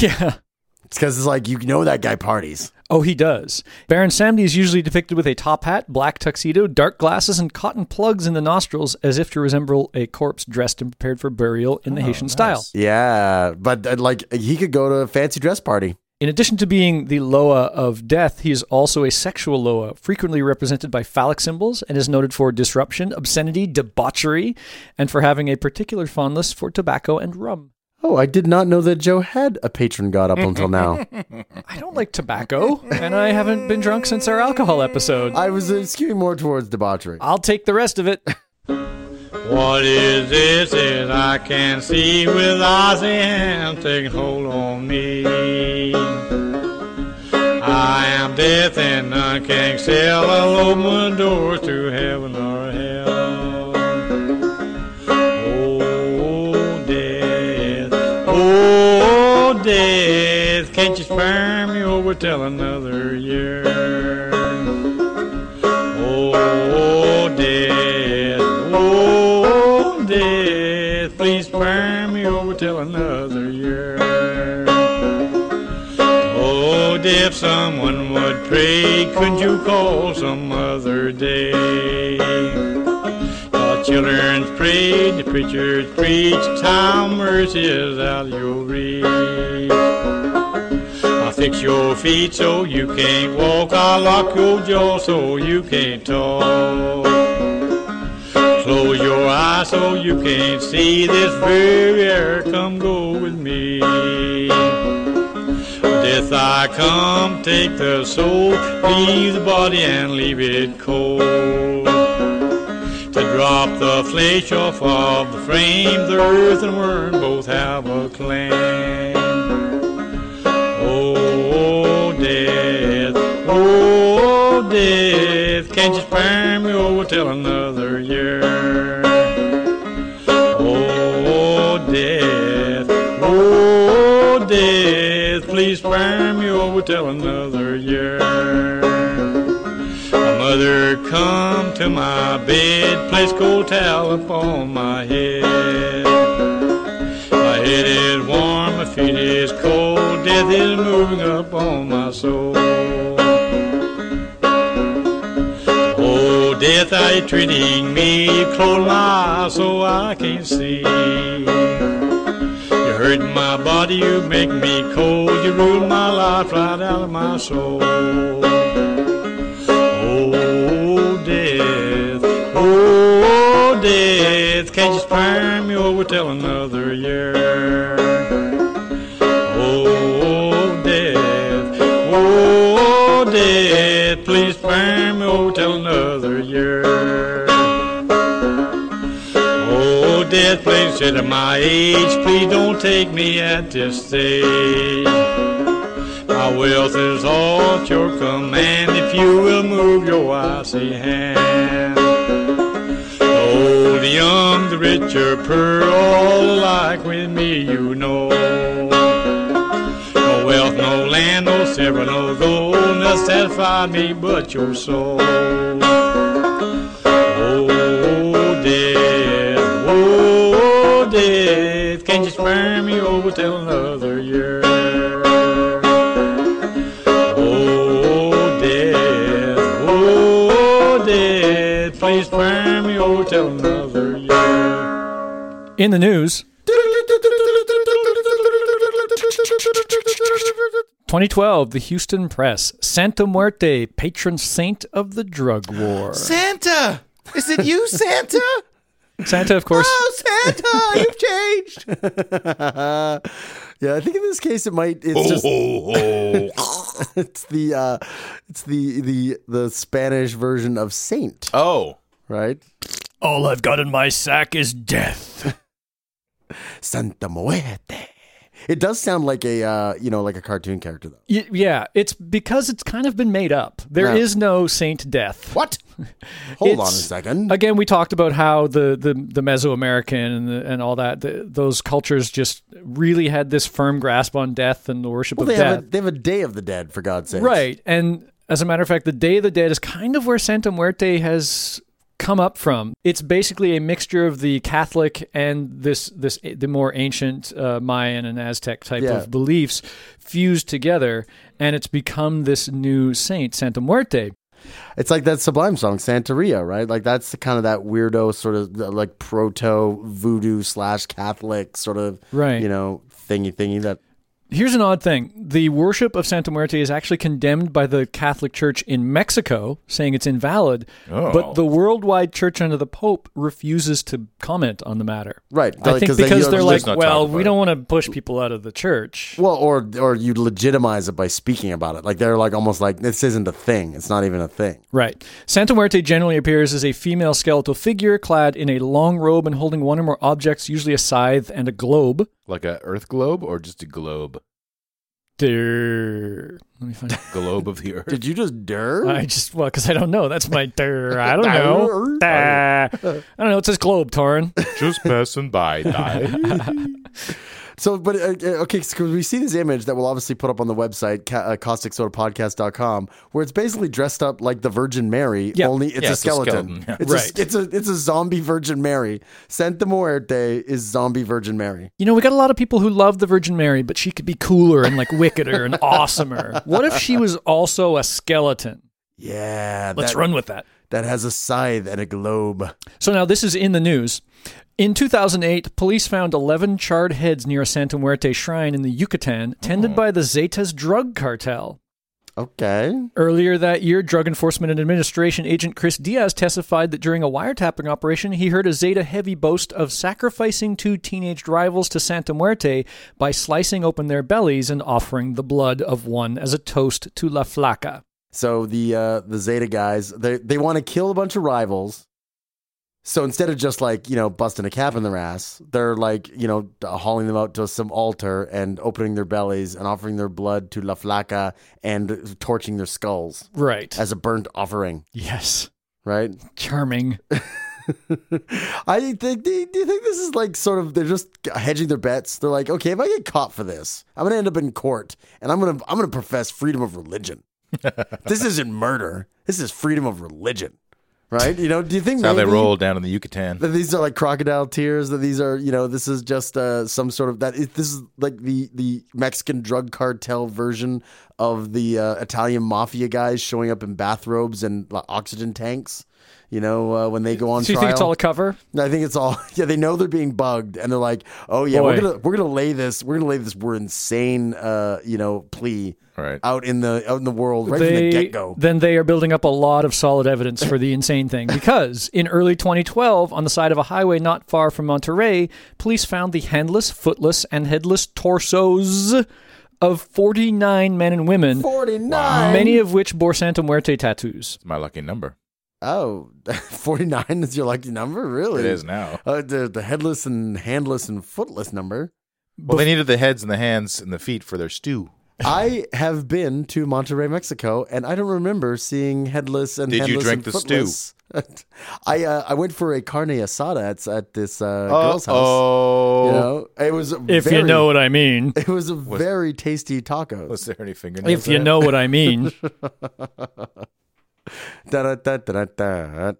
Speaker 2: yeah.
Speaker 3: It's because it's like you know that guy parties.
Speaker 2: Oh, he does. Baron Samedi is usually depicted with a top hat, black tuxedo, dark glasses, and cotton plugs in the nostrils, as if to resemble a corpse dressed and prepared for burial
Speaker 3: Oh,
Speaker 2: in the Haitian style.
Speaker 3: Yeah, but uh, like he could go to a fancy dress party.
Speaker 2: In addition to being the Loa of death, he is also a sexual Loa, frequently represented by phallic symbols, and is noted for disruption, obscenity, debauchery, and for having a particular fondness for tobacco and rum.
Speaker 3: Oh, I did not know that Joe had a patron god up until now.
Speaker 2: I don't like tobacco, and I haven't been drunk since our alcohol episode.
Speaker 3: I was uh, skewing more towards debauchery.
Speaker 2: I'll take the rest of it.
Speaker 6: What is this that I can see with eyes and taking hold on me? I am death and none can excel. I'll open doors to heaven or hell. Oh, death, oh, death, can't you spare me over till another year? Oh, death, oh, death, please spare me over till another year. Oh, if someone would pray, couldn't you call some other day? The children's prayed, the preachers preached, time mercy is out your reach. I'll fix your feet so you can't walk. I'll lock your jaw so you can't talk. Close your eyes so you can't see this very air. Come go with me. Death, I come, take the soul, leave the body and leave it cold to drop the flesh off of the frame. The earth and worm both have a claim. Oh, death, oh, death, can't you spare me over till another year? Oh, death, oh, death, please spare me over till another year. My mother come to my bed, place cold towel upon my head. My head is warm, my feet is cold, death is moving up on my soul. Oh, death, are you treating me? Close my eyes so I can see. You hurt my body, you make me cold, you rule my life right out of my soul. Oh, death, oh, death, can't you spare me over till another year? Oh, death, oh, death, please spare me over till another year. Oh, death, please consider my age, please don't take me at this stage. My wealth is all at your command if you will move your icy hand. The old, the young, the rich or poor, all alike with me, you know. No wealth, no land, no silver, no gold, nothing satisfied me but your soul. Oh, death, oh, death, can't you spare me over till another year? Oh, death, oh, death, please spare me, oh, till another year.
Speaker 2: In the news, 2012, the Houston Press, Santa Muerte, patron saint of the drug war.
Speaker 1: Santa, is it you, Santa?
Speaker 2: Santa, of course,
Speaker 1: Oh, Santa, you've changed.
Speaker 3: Yeah, I think in this case it might. It's just
Speaker 2: Oh,
Speaker 3: it's the uh, it's the the the Spanish version of saint,
Speaker 1: Oh,
Speaker 3: right?
Speaker 5: All I've got in my sack is death.
Speaker 3: Santa Muerte. It does sound like a uh, you know like a cartoon character though.
Speaker 2: Y- yeah, it's because it's kind of been made up. There is
Speaker 3: Yeah.
Speaker 2: no Saint Death.
Speaker 3: What? Hold on a
Speaker 2: It's-
Speaker 3: second.
Speaker 2: Again, we talked about how the the, the Mesoamerican and the, and all that the, those cultures just really had this firm grasp on death and the worship of
Speaker 3: Well, they
Speaker 2: death.
Speaker 3: have a, they have a Day of the Dead for God's sake.
Speaker 2: Right. And as a matter of fact, the Day of the Dead is kind of where Santa Muerte has come up from. It's basically a mixture of the Catholic and this this the more ancient uh, Mayan and Aztec type
Speaker 3: Yeah.
Speaker 2: of beliefs fused together, and it's become this new saint, Santa Muerte.
Speaker 3: It's like that Sublime song Santeria, right? Like that's the kind of that weirdo sort of uh, like proto voodoo slash Catholic sort of
Speaker 2: Right.
Speaker 3: you know thingy thingy that
Speaker 2: Here's an odd thing. The worship of Santa Muerte is actually condemned by the Catholic Church in Mexico, saying it's invalid,
Speaker 1: Oh.
Speaker 2: but the worldwide church under the Pope refuses to comment on the matter.
Speaker 3: right.
Speaker 2: I think
Speaker 3: they- you
Speaker 2: because
Speaker 3: know,
Speaker 2: they, are
Speaker 3: just-
Speaker 2: like,
Speaker 1: just not
Speaker 2: well,
Speaker 1: talk about
Speaker 2: we
Speaker 1: it."
Speaker 2: don't want to push people out of the church.
Speaker 3: well, or or you legitimize it by speaking about it. Like they're like almost like this isn't a thing. It's not even a thing.
Speaker 2: Right. Santa Muerte generally appears as a female skeletal figure clad in a long robe and holding one or more objects, usually a scythe and a globe.
Speaker 1: Like a Earth globe or just a globe?
Speaker 2: Durr. Let me find.
Speaker 1: Globe of the Earth.
Speaker 3: Did you just der?
Speaker 2: I just well, because I don't know. That's my durr. I don't know. Durr. I don't know. It says globe, Torin.
Speaker 1: just passing by. die.
Speaker 3: So, but uh, uh, okay, because we see this image that we'll obviously put up on the website, ca- uh, causticsodapodcast.com, where it's basically dressed up like the Virgin Mary,
Speaker 2: Yeah.
Speaker 3: only it's
Speaker 1: Yeah,
Speaker 3: a
Speaker 1: it's a
Speaker 3: skeleton.
Speaker 1: skeleton, yeah.
Speaker 3: It's,
Speaker 2: Right.
Speaker 3: a, it's, a, it's a zombie Virgin Mary. Santa Muerte is zombie Virgin Mary.
Speaker 2: You know, we got a lot of people who love the Virgin Mary, but she could be cooler and like wickeder and awesomer. What if she was also a skeleton?
Speaker 3: Yeah.
Speaker 2: Let's
Speaker 3: that,
Speaker 2: run with that.
Speaker 3: That has a scythe and a globe.
Speaker 2: So now this is in the news. In 2008, police found 11 charred heads near a Santa Muerte shrine in the Yucatan, tended by the Zetas drug cartel.
Speaker 3: Okay.
Speaker 2: Earlier that year, Drug Enforcement and Administration agent Chris Diaz testified that during a wiretapping operation, he heard a Zeta heavy boast of sacrificing two teenaged rivals to Santa Muerte by slicing open their bellies and offering the blood of one as a toast to La Flaca.
Speaker 3: So the uh, the Zeta guys, they they want to kill a bunch of rivals. So instead of just like you know busting a cap in their ass, they're like you know hauling them out to some altar and opening their bellies and offering their blood to La Flaca and torching their skulls
Speaker 2: Right.
Speaker 3: as a burnt offering.
Speaker 2: yes.
Speaker 3: Right?
Speaker 2: Charming.
Speaker 3: I think. Do you think this is like sort of they're just hedging their bets? They're like, okay, if I get caught for this, I'm gonna end up in court and I'm gonna I'm gonna profess freedom of religion. this isn't murder. This is freedom of religion, right? You know? Do you think
Speaker 1: That's how they
Speaker 3: maybe
Speaker 1: roll down in the Yucatan.
Speaker 3: That these are like crocodile tears. That these are you know this is just uh, some sort of that. Is, this is like the the Mexican drug cartel version of the uh, Italian mafia guys showing up in bathrobes and like, oxygen tanks. You know uh, when they go on
Speaker 2: So you
Speaker 3: trial.
Speaker 2: think it's all a cover?
Speaker 3: I think it's all yeah. They know they're being bugged, and they're like, "Oh yeah, we're
Speaker 2: Boy.
Speaker 3: gonna we're gonna lay this we're gonna lay this we're insane uh you know plea
Speaker 1: Right.
Speaker 3: out in the out in the world right from the get go."
Speaker 2: Then they are building up a lot of solid evidence for the insane thing because in early 2012, on the side of a highway not far from Monterey, police found the handless, footless, and headless torsos of 49 men and women,
Speaker 3: Forty nine.
Speaker 2: many of which bore Santa Muerte tattoos.
Speaker 1: It's my lucky number.
Speaker 3: Oh, 49 is your lucky number, really?
Speaker 1: It is now.
Speaker 3: Uh, the, the headless and handless and footless number.
Speaker 1: Well, they needed the heads and the hands and the feet for their stew.
Speaker 3: I have been to Monterrey, Mexico, and I don't remember seeing headless and
Speaker 1: Did you
Speaker 3: handless
Speaker 1: drink
Speaker 3: and
Speaker 1: the stew?
Speaker 3: footless. I uh, I went for a carne asada at, at this uh, girl's house.
Speaker 1: Oh,
Speaker 3: You know, it was
Speaker 2: If
Speaker 3: very-
Speaker 2: you know what I mean.
Speaker 3: It was a very tasty taco.
Speaker 1: was there any fingernails?
Speaker 2: If you
Speaker 1: there?
Speaker 2: know what I mean.
Speaker 3: Da-da-da-da-da.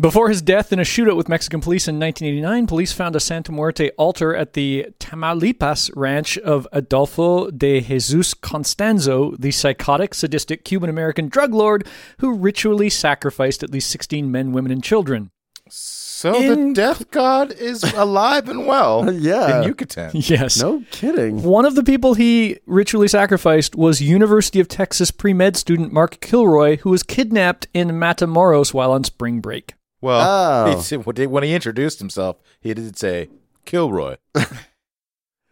Speaker 2: Before his death in a shootout with Mexican police in 1989, police found a Santa Muerte altar at the Tamaulipas ranch of Adolfo de Jesus Constanzo, the psychotic, sadistic Cuban American drug lord who ritually sacrificed at least 16 men, women, and children.
Speaker 1: so
Speaker 2: In-
Speaker 1: the death god is alive and well.
Speaker 3: Yeah.
Speaker 1: in Yucatan.
Speaker 2: Yes.
Speaker 3: No kidding.
Speaker 2: One of the people he ritually sacrificed was University of Texas pre med student Mark Kilroy, who was kidnapped in Matamoros while on spring break.
Speaker 1: Well,
Speaker 3: Oh.
Speaker 1: he said- when he- when he introduced himself, he did say Kilroy.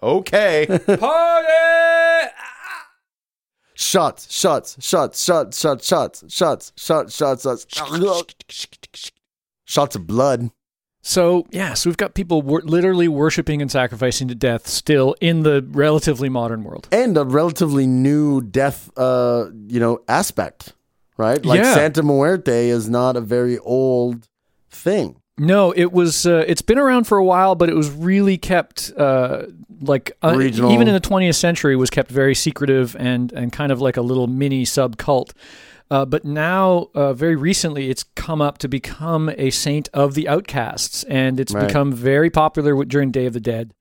Speaker 1: okay,
Speaker 3: Shots, shots, shots, shots, shots, shots, shots, shots, shots, shots. Shots of blood.
Speaker 2: So, yeah, so we've got people wor- literally worshiping and sacrificing to death still in the relatively modern world.
Speaker 3: and a relatively new death uh you know aspect right like
Speaker 2: Yeah.
Speaker 3: santa muerte is not a very old thing
Speaker 2: No, it was. Uh, it's been around for a while, but it was really kept uh, like uh,
Speaker 3: Regional.
Speaker 2: even in the 20th century was kept very secretive and and kind of like a little mini sub cult. Uh, but now, uh, very recently, it's come up to become a saint of the outcasts, and it's
Speaker 3: Right.
Speaker 2: become very popular with, during Day of the Dead,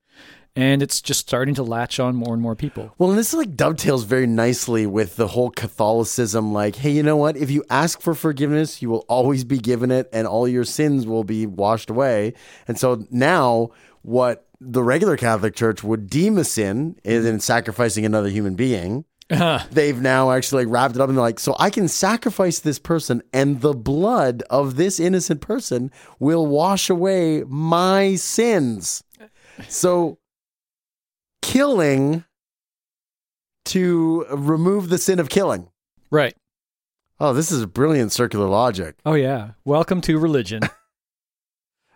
Speaker 2: and it's just starting to latch on more and more people.
Speaker 3: well and this like dovetails very nicely with the whole catholicism like hey you know what if you ask for forgiveness you will always be given it and all your sins will be washed away and so now what the regular catholic church would deem a sin is in sacrificing another human being they've now actually like wrapped it up and they're like, so I can sacrifice this person, and the blood of this innocent person will wash away my sins. So killing to remove the sin of killing.
Speaker 2: Right.
Speaker 3: Oh, this is brilliant circular logic.
Speaker 2: Oh yeah. Welcome to religion.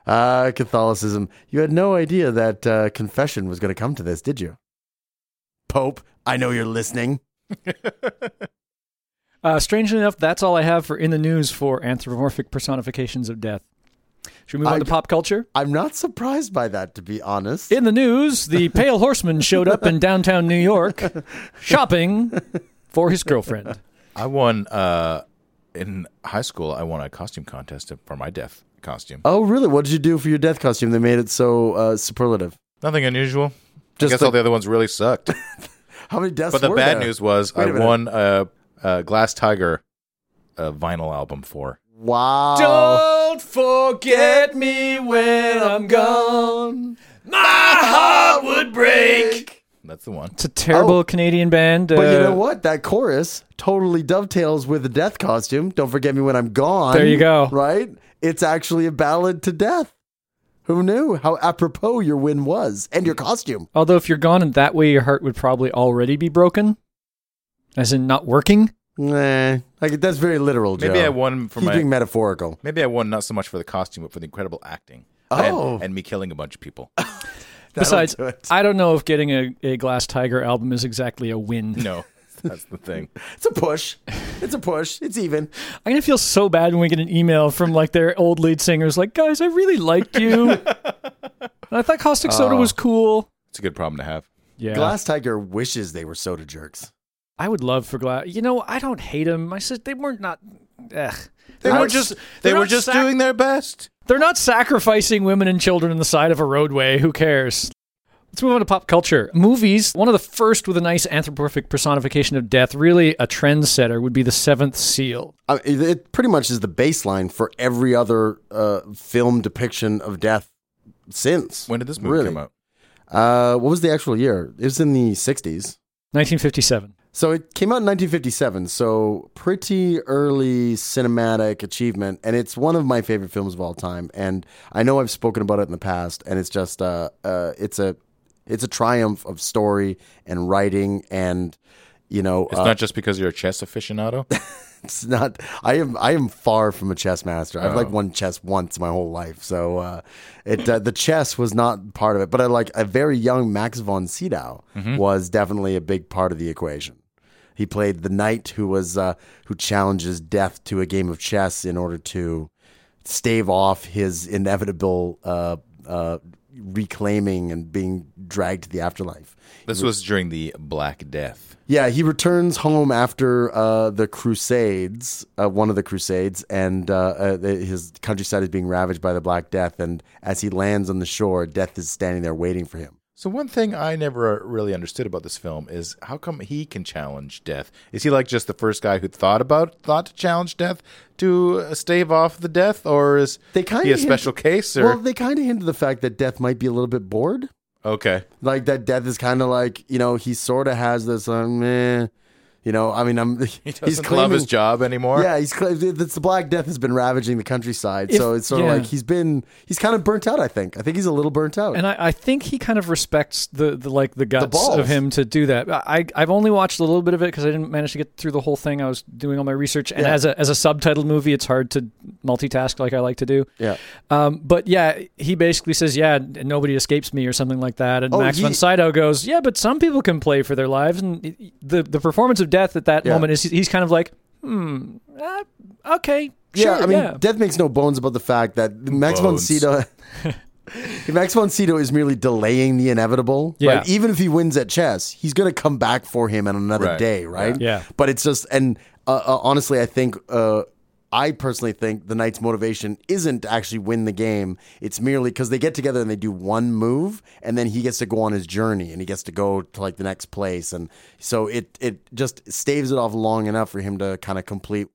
Speaker 3: Ah, Catholicism. You had no idea that uh, confession was going to come to this, did you? Pope, I know you're listening.
Speaker 2: Uh, strangely enough, that's all I have for in the news for anthropomorphic personifications of death. Should we move
Speaker 3: I-
Speaker 2: on to pop culture?
Speaker 3: I'm not surprised by that, to be honest.
Speaker 2: In the news, the pale horseman showed up in downtown New York shopping for his girlfriend.
Speaker 1: I won uh, in high school. I won a costume contest for my death costume.
Speaker 3: Oh, really? What did you do for your death costume that made it so uh, superlative?
Speaker 1: Nothing unusual.
Speaker 3: Just
Speaker 1: I guess
Speaker 3: the-
Speaker 1: all the other ones really sucked.
Speaker 3: How many deaths?
Speaker 1: but the
Speaker 3: were
Speaker 1: bad
Speaker 3: there?
Speaker 1: news was I
Speaker 3: Wait a minute.
Speaker 1: won a, a Glass Tiger uh vinyl album for.
Speaker 3: Wow.
Speaker 2: Don't forget me when I'm gone. My heart would break.
Speaker 1: That's the one.
Speaker 2: It's a terrible
Speaker 3: Oh.
Speaker 2: Canadian band.
Speaker 3: But you
Speaker 2: uh,
Speaker 3: know what? That chorus totally dovetails with the death costume. Don't forget me when I'm gone.
Speaker 2: There you go.
Speaker 3: Right? It's actually a ballad to death. Who knew how apropos your win was and your costume?
Speaker 2: Although, if you're gone in that way, your heart would probably already be broken, as in not working.
Speaker 3: Nah, like that's very literal.
Speaker 1: Maybe
Speaker 3: Joe.
Speaker 1: I won for
Speaker 3: He's
Speaker 1: my.
Speaker 3: being metaphorical.
Speaker 1: maybe I won not so much for the costume, but for the incredible acting.
Speaker 3: Oh.
Speaker 1: And, and me killing a bunch of people.
Speaker 2: Besides,
Speaker 3: do it.
Speaker 2: I don't know if getting a, a Glass Tiger album is exactly a win.
Speaker 1: No, that's the thing.
Speaker 3: It's a push. It's a push. It's even.
Speaker 2: I'm gonna feel so bad when we get an email from like their old lead singers, like, guys, I really liked you. And I thought caustic soda was cool.
Speaker 1: It's a good problem to have.
Speaker 2: Yeah,
Speaker 3: Glass Tiger wishes they were soda jerks.
Speaker 2: I would love for glass. You know, I don't hate them. I said they weren't not. Ugh.
Speaker 1: They
Speaker 2: They're
Speaker 1: were
Speaker 2: not
Speaker 1: just.
Speaker 2: s-
Speaker 1: They
Speaker 2: they're
Speaker 1: were
Speaker 2: not
Speaker 1: just
Speaker 2: sac-
Speaker 1: doing their best.
Speaker 2: They're not sacrificing women and children on the side of a roadway. Who cares? Let's move on to pop culture. Movies. One of the first with a nice anthropomorphic personification of death, really a trendsetter, would be The Seventh Seal.
Speaker 3: I mean, Uh, it pretty much is the baseline for every other uh, film depiction of death since.
Speaker 1: When did this movie
Speaker 3: Really.
Speaker 1: come out?
Speaker 3: Uh, what was the actual year? It was in the 60s.
Speaker 2: 1957.
Speaker 3: So it came out in 1957. So pretty early cinematic achievement, and it's one of my favorite films of all time. And I know I've spoken about it in the past, and it's just uh, uh, it's a it's a triumph of story and writing and. You know,
Speaker 1: It's
Speaker 3: uh,
Speaker 1: not just because you're a chess aficionado.
Speaker 3: it's not. I am. I am far from a chess master. I've like won chess once my whole life. So uh, it uh, the chess was not part of it. But I like a very young Max von Sydow was definitely a big part of the equation. He played the knight who was uh, who challenges death to a game of chess in order to stave off his inevitable uh, uh, reclaiming and being dragged to the afterlife.
Speaker 1: This was during the Black Death.
Speaker 3: Yeah, he returns home after uh, the Crusades, uh, one of the Crusades, and uh, uh, the- his countryside is being ravaged by the Black Death. And as he lands on the shore, Death is standing there waiting for him.
Speaker 1: So one thing I never really understood about this film is how come he can challenge death? Is he like just the first guy who thought about thought to challenge death to uh, stave off the death, or is
Speaker 3: They kind
Speaker 1: he a
Speaker 3: of
Speaker 1: special case? Or
Speaker 3: Well, they kind of hinted the fact that Death might be a little bit bored.
Speaker 1: okay,
Speaker 3: Like that Death is kind of like you know he sort of has this um, meh, You know, I mean, I'm.
Speaker 1: He doesn't love his job anymore.
Speaker 3: Yeah, he's cla- the the Black Death has been ravaging the countryside,
Speaker 2: If-
Speaker 3: so it's sort
Speaker 2: yeah.
Speaker 3: of like he's been he's kind of burnt out. I think. I think he's a little burnt out.
Speaker 2: And I, I think he kind of respects the, the like the guts
Speaker 3: balls.
Speaker 2: of him to do that. I I've only watched a little bit of it because I didn't manage to get through the whole thing. I was doing all my research, and
Speaker 3: Yeah.
Speaker 2: as a as a subtitled movie, it's hard to multitask like I like to do.
Speaker 3: yeah.
Speaker 2: Um, but yeah, he basically says, "Yeah, n- nobody escapes me" or something like that. And
Speaker 3: Oh,
Speaker 2: Max
Speaker 3: he-
Speaker 2: von Sydow goes, "Yeah, but some people can play for their lives." And i- i- the the performance of Death at that
Speaker 3: Yeah.
Speaker 2: moment is he's kind of like, "Hmm, uh, okay,
Speaker 3: Yeah,
Speaker 2: sure,
Speaker 3: I mean,
Speaker 2: yeah."
Speaker 3: Death makes no bones about the fact that Max von
Speaker 1: Bones.
Speaker 3: Sydow, Max von Sydow is merely delaying the inevitable.
Speaker 2: Yeah.
Speaker 3: right? even if he wins at chess, he's going to come back for him on another
Speaker 1: Right.
Speaker 3: day, right?
Speaker 2: Yeah. Yeah.
Speaker 3: But it's just, and uh, uh, honestly, I think. Uh, I personally think the knight's motivation isn't to actually win the game. It's merely because they get together and they do one move, and then he gets to go on his journey and he gets to go to like the next place, and so it it just staves it off long enough for him to kind of complete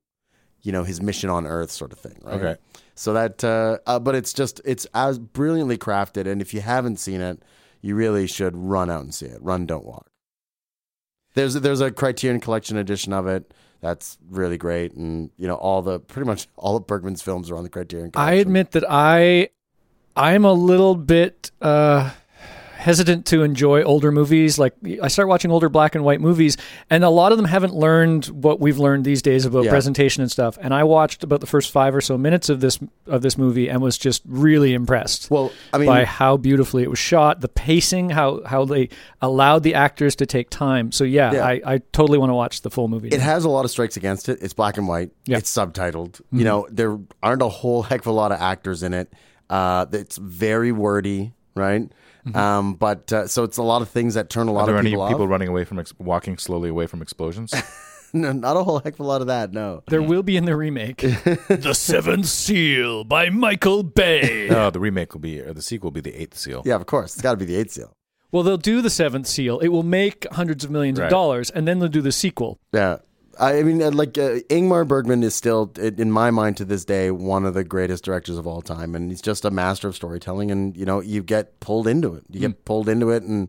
Speaker 3: you know his mission on earth sort of thing right
Speaker 1: Okay.
Speaker 3: so that uh, uh but it's just it's as brilliantly crafted and if you haven't seen it you really should run out and see it run don't walk there's there's a criterion collection edition of it that's really great and you know all the pretty much all of bergman's films are on the criterion
Speaker 2: I
Speaker 3: collection
Speaker 2: admit that I I'm a little bit uh hesitant to enjoy older movies like I start watching older black and white movies and a lot of them haven't learned what we've learned these days about
Speaker 3: Yeah.
Speaker 2: presentation and stuff and I watched about the first 5 or so minutes of this of this movie and was just really impressed
Speaker 3: well i mean
Speaker 2: by how beautifully it was shot the pacing how how they allowed the actors to take time so yeah,
Speaker 3: Yeah.
Speaker 2: I, I totally want to watch the full movie
Speaker 3: it
Speaker 2: now.
Speaker 3: has a lot of strikes against it. It's black and white.
Speaker 2: Yeah.
Speaker 3: It's subtitled.
Speaker 1: Mm-hmm.
Speaker 3: You know, there aren't a whole heck of a lot of actors in it. Uh, it's very wordy, right? Um, but uh, so it's a lot of things that turn a
Speaker 1: Mm-hmm.
Speaker 3: lot
Speaker 1: Are there
Speaker 3: of
Speaker 1: any
Speaker 3: people,
Speaker 1: people,
Speaker 3: off.
Speaker 1: running away from ex- walking slowly away from explosions?
Speaker 3: No, not a whole heck of a lot of that. No.
Speaker 2: there will be in the remake
Speaker 5: The Seventh Seal by Michael Bay.
Speaker 1: no, Oh, the remake will be or the sequel will be the Eighth Seal.
Speaker 3: Yeah, of course. It's got to be the Eight Seal.
Speaker 2: Well, they'll do the seventh seal. It will make hundreds of millions of
Speaker 1: Right.
Speaker 2: dollars, and then they'll do the sequel.
Speaker 3: Yeah. I I mean, uh, like uh, Ingmar Bergman is still, i- in my mind to this day, one of the greatest directors of all time, and he's just a master of storytelling. And you know, you get pulled into it. You
Speaker 1: Mm.
Speaker 3: get pulled into it, and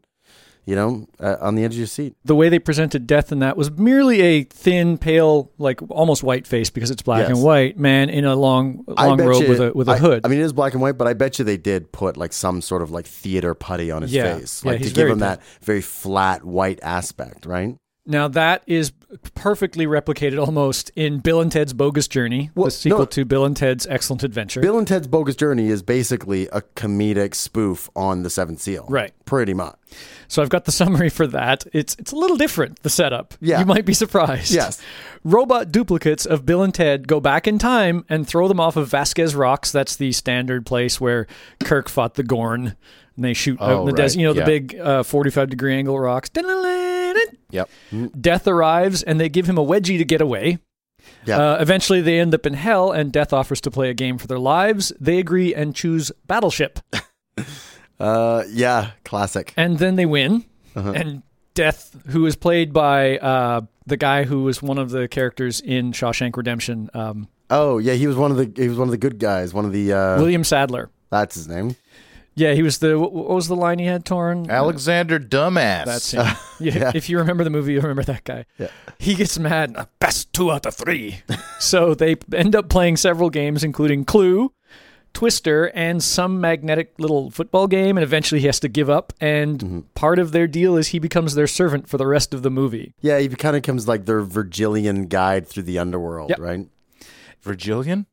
Speaker 3: you know, uh, on the edge of your seat.
Speaker 2: The way they presented death in that was merely a thin, pale, like almost white face because it's black
Speaker 3: Yes.
Speaker 2: and white man in a long,
Speaker 3: I
Speaker 2: long
Speaker 3: bet
Speaker 2: robe
Speaker 3: you-
Speaker 2: with a with a
Speaker 3: I-
Speaker 2: hood.
Speaker 3: I mean, it is black and white, but I bet you they did put like some sort of like theater putty on his
Speaker 2: Yeah.
Speaker 3: face,
Speaker 2: Yeah,
Speaker 3: like
Speaker 2: he's
Speaker 3: to give
Speaker 2: very
Speaker 3: him that very flat white aspect, right?
Speaker 2: now that is perfectly replicated almost in Bill and Ted's Bogus Journey,
Speaker 3: Well,
Speaker 2: the sequel
Speaker 3: no.
Speaker 2: to Bill and Ted's Excellent Adventure.
Speaker 3: Bill and Ted's Bogus Journey is basically a comedic spoof on The Seventh Seal,
Speaker 2: Right.
Speaker 3: Pretty much.
Speaker 2: So I've got the summary for that. It's it's a little different the setup.
Speaker 3: Yeah.
Speaker 2: You might be surprised.
Speaker 3: Yes.
Speaker 2: Robot duplicates of Bill and Ted go back in time and throw them off of Vasquez Rocks. That's the standard place where Kirk fought the Gorn and they shoot out in
Speaker 1: Oh,
Speaker 2: the
Speaker 1: right.
Speaker 2: desert, you know, the
Speaker 1: Yeah.
Speaker 2: big uh, 45 degree angle rocks.
Speaker 1: Yep.
Speaker 2: Death arrives and they give him a wedgie to get away.
Speaker 3: Yeah.
Speaker 2: Uh, eventually, they end up in hell, and Death offers to play a game for their lives. They agree and choose Battleship.
Speaker 3: Uh, yeah, classic. Uh-huh.
Speaker 2: and then they win. And Death, who is played by uh, the guy who was one of the characters in Shawshank Redemption, um,
Speaker 3: Oh, yeah, he was one of the he was one of the good guys, one of the
Speaker 1: Oh.
Speaker 3: uh,
Speaker 2: William Sadler.
Speaker 3: that's his name.
Speaker 2: Yeah, he was the. What what was the line he had torn?
Speaker 1: Alexander Dumbass.
Speaker 2: That's him. yeah, If you remember the movie, you remember that guy. Yeah. He gets mad. "Uh, Best two out of three. so they end up playing several games, including Clue, Twister, and some magnetic little football game. And eventually, he has to give up. And
Speaker 1: Mm-hmm.
Speaker 2: part of their deal is he becomes their servant for the rest of the movie.
Speaker 3: Yeah, he kind of comes like their Virgilian guide through the underworld,
Speaker 2: Yep.
Speaker 3: right?
Speaker 1: Virgilian.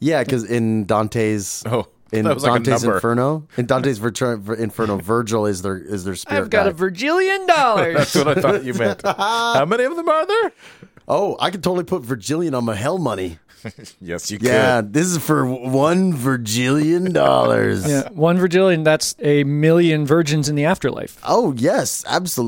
Speaker 3: Yeah, because in Dante's
Speaker 1: Oh,
Speaker 3: in
Speaker 1: that was like
Speaker 3: Dante's
Speaker 1: a number.
Speaker 3: Inferno. In Dante's Virtu- Vir- Inferno, Virgil is their is their spirit
Speaker 2: I've got a
Speaker 3: guide.
Speaker 2: Virgilian dollars.
Speaker 1: That's what I thought you meant. How many of them are there?
Speaker 3: oh, I could totally put Virgilian on my hell money.
Speaker 1: Yes, you
Speaker 3: Yeah, this is for w- one Virgilian dollars.
Speaker 2: yeah, one Virgilian, that's a million virgins in the afterlife.
Speaker 3: Oh yes,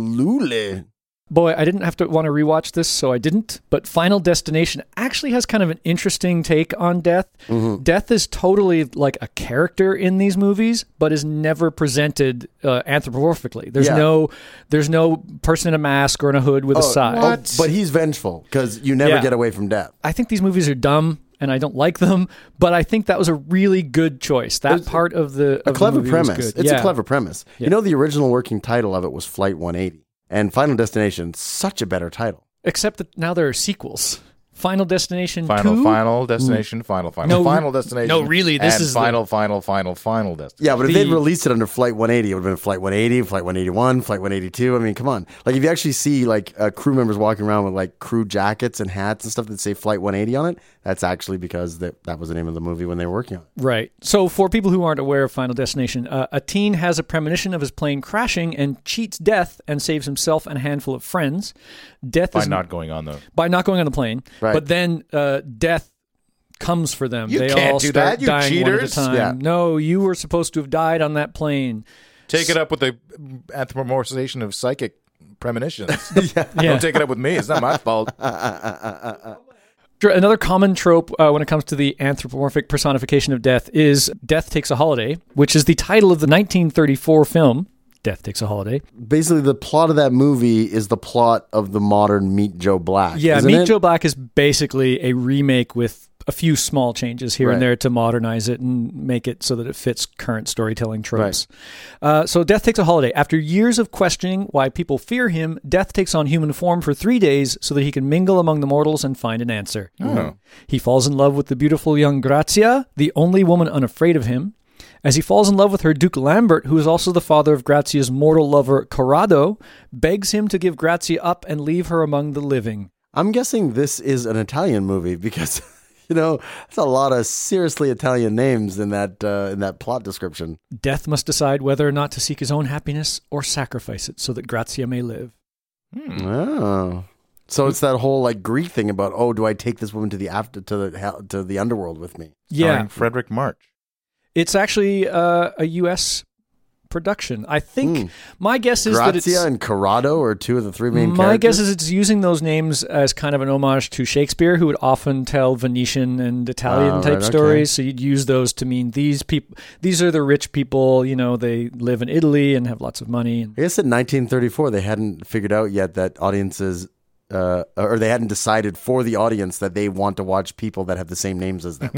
Speaker 3: absolutely.
Speaker 2: Boy, I didn't have to want to rewatch this, so I didn't. But Final Destination actually has kind of an interesting take on death.
Speaker 3: Mm-hmm.
Speaker 2: Death is totally like a character in these movies, but is never presented uh, anthropomorphically. There's
Speaker 3: Yeah.
Speaker 2: no, there's no person in a mask or in a hood with a side.
Speaker 3: Oh, but he's vengeful because you never
Speaker 2: Yeah.
Speaker 3: get away from death.
Speaker 2: I think these movies are dumb and I don't like them, but I think that was a really good choice. That part of the
Speaker 3: A
Speaker 2: of the
Speaker 3: clever
Speaker 2: movie was
Speaker 3: premise.
Speaker 2: good.
Speaker 3: It's
Speaker 2: Yeah.
Speaker 3: a clever premise. You know, the original working title of it was Flight 180, and Final Destination, such a better title.
Speaker 2: Except that now there are sequels. Final Destination
Speaker 1: Final,
Speaker 2: 2?
Speaker 1: final destination, final, final,
Speaker 2: No,
Speaker 1: final destination.
Speaker 5: no, really, this
Speaker 1: and
Speaker 5: is the-
Speaker 1: final, final, final, final destination.
Speaker 3: Yeah, but if
Speaker 2: The-
Speaker 3: they'd released it under Flight 180, it would have been Flight 180, Flight 181, Flight 182. I mean, come on. Like, if you actually see, like, uh, crew members walking around with, like, crew jackets and hats and stuff that say Flight 180 on it, that's actually because that, that was the name of the movie when they were working on it.
Speaker 2: Right. So, for people who aren't aware of Final Destination, uh, a teen has a premonition of his plane crashing and cheats death and saves himself and a handful of friends. Death
Speaker 1: By
Speaker 2: is
Speaker 1: not going on the.
Speaker 2: by not going on the plane.
Speaker 3: Right.
Speaker 2: But then uh, death comes for them.
Speaker 1: You
Speaker 2: they
Speaker 1: can't
Speaker 2: all
Speaker 1: do that,
Speaker 2: start
Speaker 1: you
Speaker 2: dying one at a
Speaker 1: cheaters.
Speaker 2: time.
Speaker 3: Yeah.
Speaker 2: No, you were supposed to have died on that plane.
Speaker 1: Take it up with the anthropomorphization of psychic premonitions. Don't take it up with me. It's not my fault.
Speaker 2: Dr- Another common trope uh, when it comes to the anthropomorphic personification of death is Death Takes a Holiday, which is the title of the 1934 film, Death Takes a Holiday.
Speaker 3: Basically, the plot of that movie is the plot of the modern Meet Joe Black.
Speaker 2: Yeah,
Speaker 3: isn't
Speaker 2: Meet
Speaker 3: it?
Speaker 2: Joe Black is basically a remake with a few small changes here
Speaker 3: Right.
Speaker 2: and there to modernize it and make it so that it fits current storytelling tropes. Uh, so, Death Takes a Holiday. After years of questioning why people fear him, Death takes on human form for three days so that he can mingle among the mortals and find an answer.
Speaker 3: Oh.
Speaker 2: He falls in love with the beautiful young Grazia, the only woman unafraid of him. As he falls in love with her, Duke Lambert, who is also the father of Grazia's mortal lover, Corrado, begs him to give Grazia up and leave her among the living.
Speaker 3: I'm guessing this is an Italian movie because, you know, that's a lot of seriously Italian names in that uh, in that plot description.
Speaker 2: Death must decide whether or not to seek his own happiness or sacrifice it so that Grazia may live.
Speaker 1: Hmm.
Speaker 3: Oh. So it's that whole like Greek thing about oh do I take this woman to the after to the hell, to the underworld with me?
Speaker 2: Yeah,
Speaker 1: Starring Frederick March.
Speaker 2: it's actually uh, a U.S. production. I think
Speaker 3: Hmm.
Speaker 2: my guess is that
Speaker 3: Grazia
Speaker 2: it's
Speaker 3: and Corrado are two of the three main
Speaker 2: my guess
Speaker 3: characters.
Speaker 2: is it's using those names as kind of an homage to Shakespeare, who would often tell Venetian and Italian
Speaker 3: Ah,
Speaker 2: type
Speaker 3: right, okay.
Speaker 2: stories. So you'd use those to mean these people. These are the rich people. You know, they live in Italy and have lots of money. And
Speaker 3: I guess in 1934 they hadn't figured out yet that audiences uh, or they hadn't decided for the audience that they want to watch people that have the same names as them.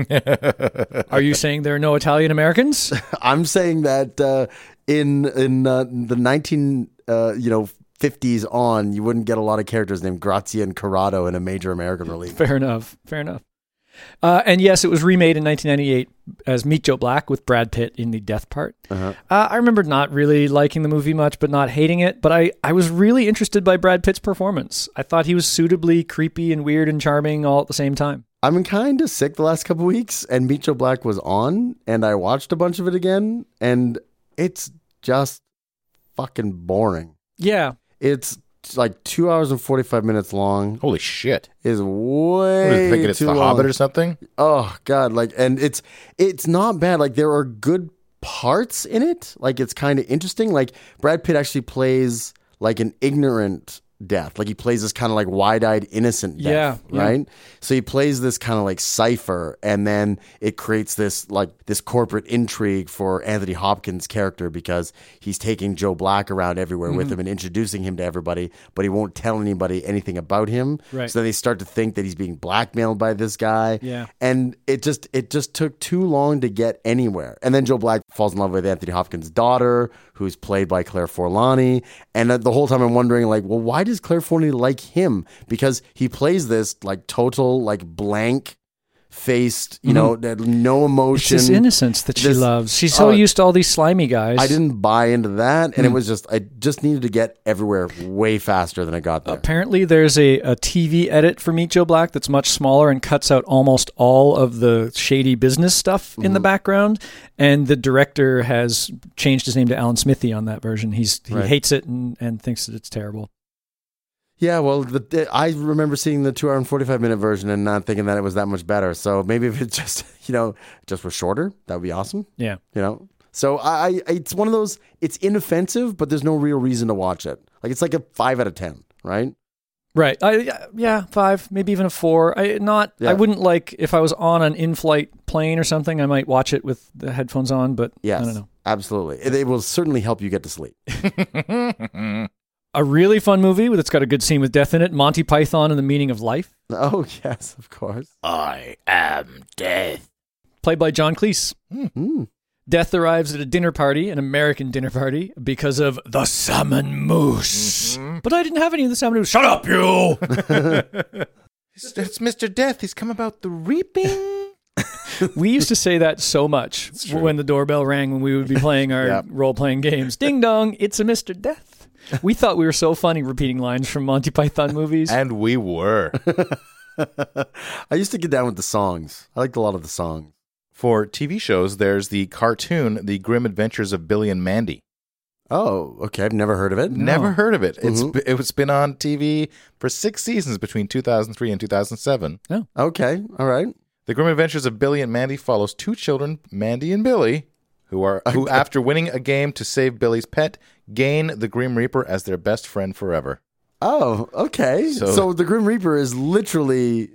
Speaker 2: are you saying there are no Italian Americans?
Speaker 3: I'm saying that uh, in in uh, the 19 uh, you know 50s on, you wouldn't get a lot of characters named Grazia and Corrado in a major American release.
Speaker 2: Fair enough. Fair enough. Uh, and yes, it was remade in 1998 as Meet Joe Black with Brad Pitt in the death part.
Speaker 3: Uh-huh.
Speaker 2: uh I remember not really liking the movie much, but not hating it. But I, I was really interested by Brad Pitt's performance. I thought he was suitably creepy and weird and charming all at the same time.
Speaker 3: I've been kind of sick the last couple weeks, and Meet Joe Black was on, and I watched a bunch of it again, and it's just fucking boring.
Speaker 2: Yeah.
Speaker 3: It's like two hours and forty five minutes long.
Speaker 1: Holy shit!
Speaker 3: Is
Speaker 1: What, are
Speaker 3: way
Speaker 1: you thinking it's
Speaker 3: too
Speaker 1: The
Speaker 3: long.
Speaker 1: Hobbit or something?
Speaker 3: oh god like and it's it's not bad like there are good parts in it like it's kind of interesting like brad pitt actually plays like an ignorant death like he plays this kind of like wide-eyed innocent death
Speaker 2: Yeah, yeah.
Speaker 3: right so he plays this kind of like cipher and then it creates this like this corporate intrigue for anthony hopkins character because he's taking joe black around everywhere
Speaker 2: Mm-hmm.
Speaker 3: with him and introducing him to everybody but he won't tell anybody anything about him
Speaker 2: Right.
Speaker 3: so then they start to think that he's being blackmailed by this guy
Speaker 2: Yeah.
Speaker 3: and it just it just took too long to get anywhere. And then Joe Black falls in love with Anthony Hopkins' daughter, who's played by Claire Forlani. And uh, the whole time I'm wondering, like, well, why does Claire Forlani like him? Because he plays this like total like blank faced, you know, that no
Speaker 2: Mm-hmm. It's
Speaker 3: emotion.
Speaker 2: his innocence that she
Speaker 3: this-
Speaker 2: loves. She's so
Speaker 3: oh,
Speaker 2: used to all these slimy guys.
Speaker 3: I didn't buy into that,
Speaker 2: Mm.
Speaker 3: and it was just I just needed to get everywhere way faster than I got there.
Speaker 2: Apparently, there's a, a TV edit for Meet Joe Black that's much smaller and cuts out almost all of the shady business stuff in
Speaker 3: Mm-hmm.
Speaker 2: the background. And the director has changed his name to Alan Smithy on that version. He's he
Speaker 3: Right.
Speaker 2: hates it and, and thinks that it's terrible.
Speaker 3: Yeah, well, the, I remember seeing the two hour and 45 minute version and not thinking that it was that much better. So maybe if it just, you know, just was shorter, that would be awesome,
Speaker 2: Yeah.
Speaker 3: you know? So I, I, it's one of those, it's inoffensive, but there's no real reason to watch it. Like it's like a five out of 10, right?
Speaker 2: Right. I yeah, five, maybe even a four. I not.
Speaker 3: Yeah.
Speaker 2: I wouldn't like if I was on an in-flight plane or something. I might watch it with the headphones on, but
Speaker 3: Yes.
Speaker 2: I don't know.
Speaker 3: Absolutely. It, it will certainly help you get to sleep.
Speaker 2: A really fun movie with it's got a good scene with death in it. Monty Python and the Meaning of Life,
Speaker 3: Oh, yes, of course.
Speaker 2: played by John Cleese.
Speaker 3: Mm.
Speaker 2: Death arrives at a dinner party, an American dinner party, because of the salmon mousse.
Speaker 1: Mm-hmm.
Speaker 2: But I didn't have any of the salmon mousse. Shut up, you!
Speaker 1: It's, it's Mr. Death. He's come about the reaping.
Speaker 2: we used to say that so much when the doorbell rang when we would be playing our
Speaker 1: Yep.
Speaker 2: role playing games. Ding dong, it's a Mr. Death. We thought we were so funny repeating lines from Monty Python movies.
Speaker 1: and we were.
Speaker 3: I used to get down with the songs. I liked a lot of the songs.
Speaker 1: For TV shows, there's the cartoon The Grim Adventures of Billy and Mandy.
Speaker 3: Oh, okay. I've never heard of it.
Speaker 1: Never heard of it. It's it's been on TV for 6 seasons between 2003 and 2007.
Speaker 3: Okay. All right.
Speaker 1: The Grim Adventures of Billy and Mandy follows two children, Mandy and Billy, who are who after winning a game to save Billy's pet, gain the Grim Reaper as their best friend forever.
Speaker 3: Oh, okay.
Speaker 1: So-
Speaker 3: So, the Grim Reaper is literally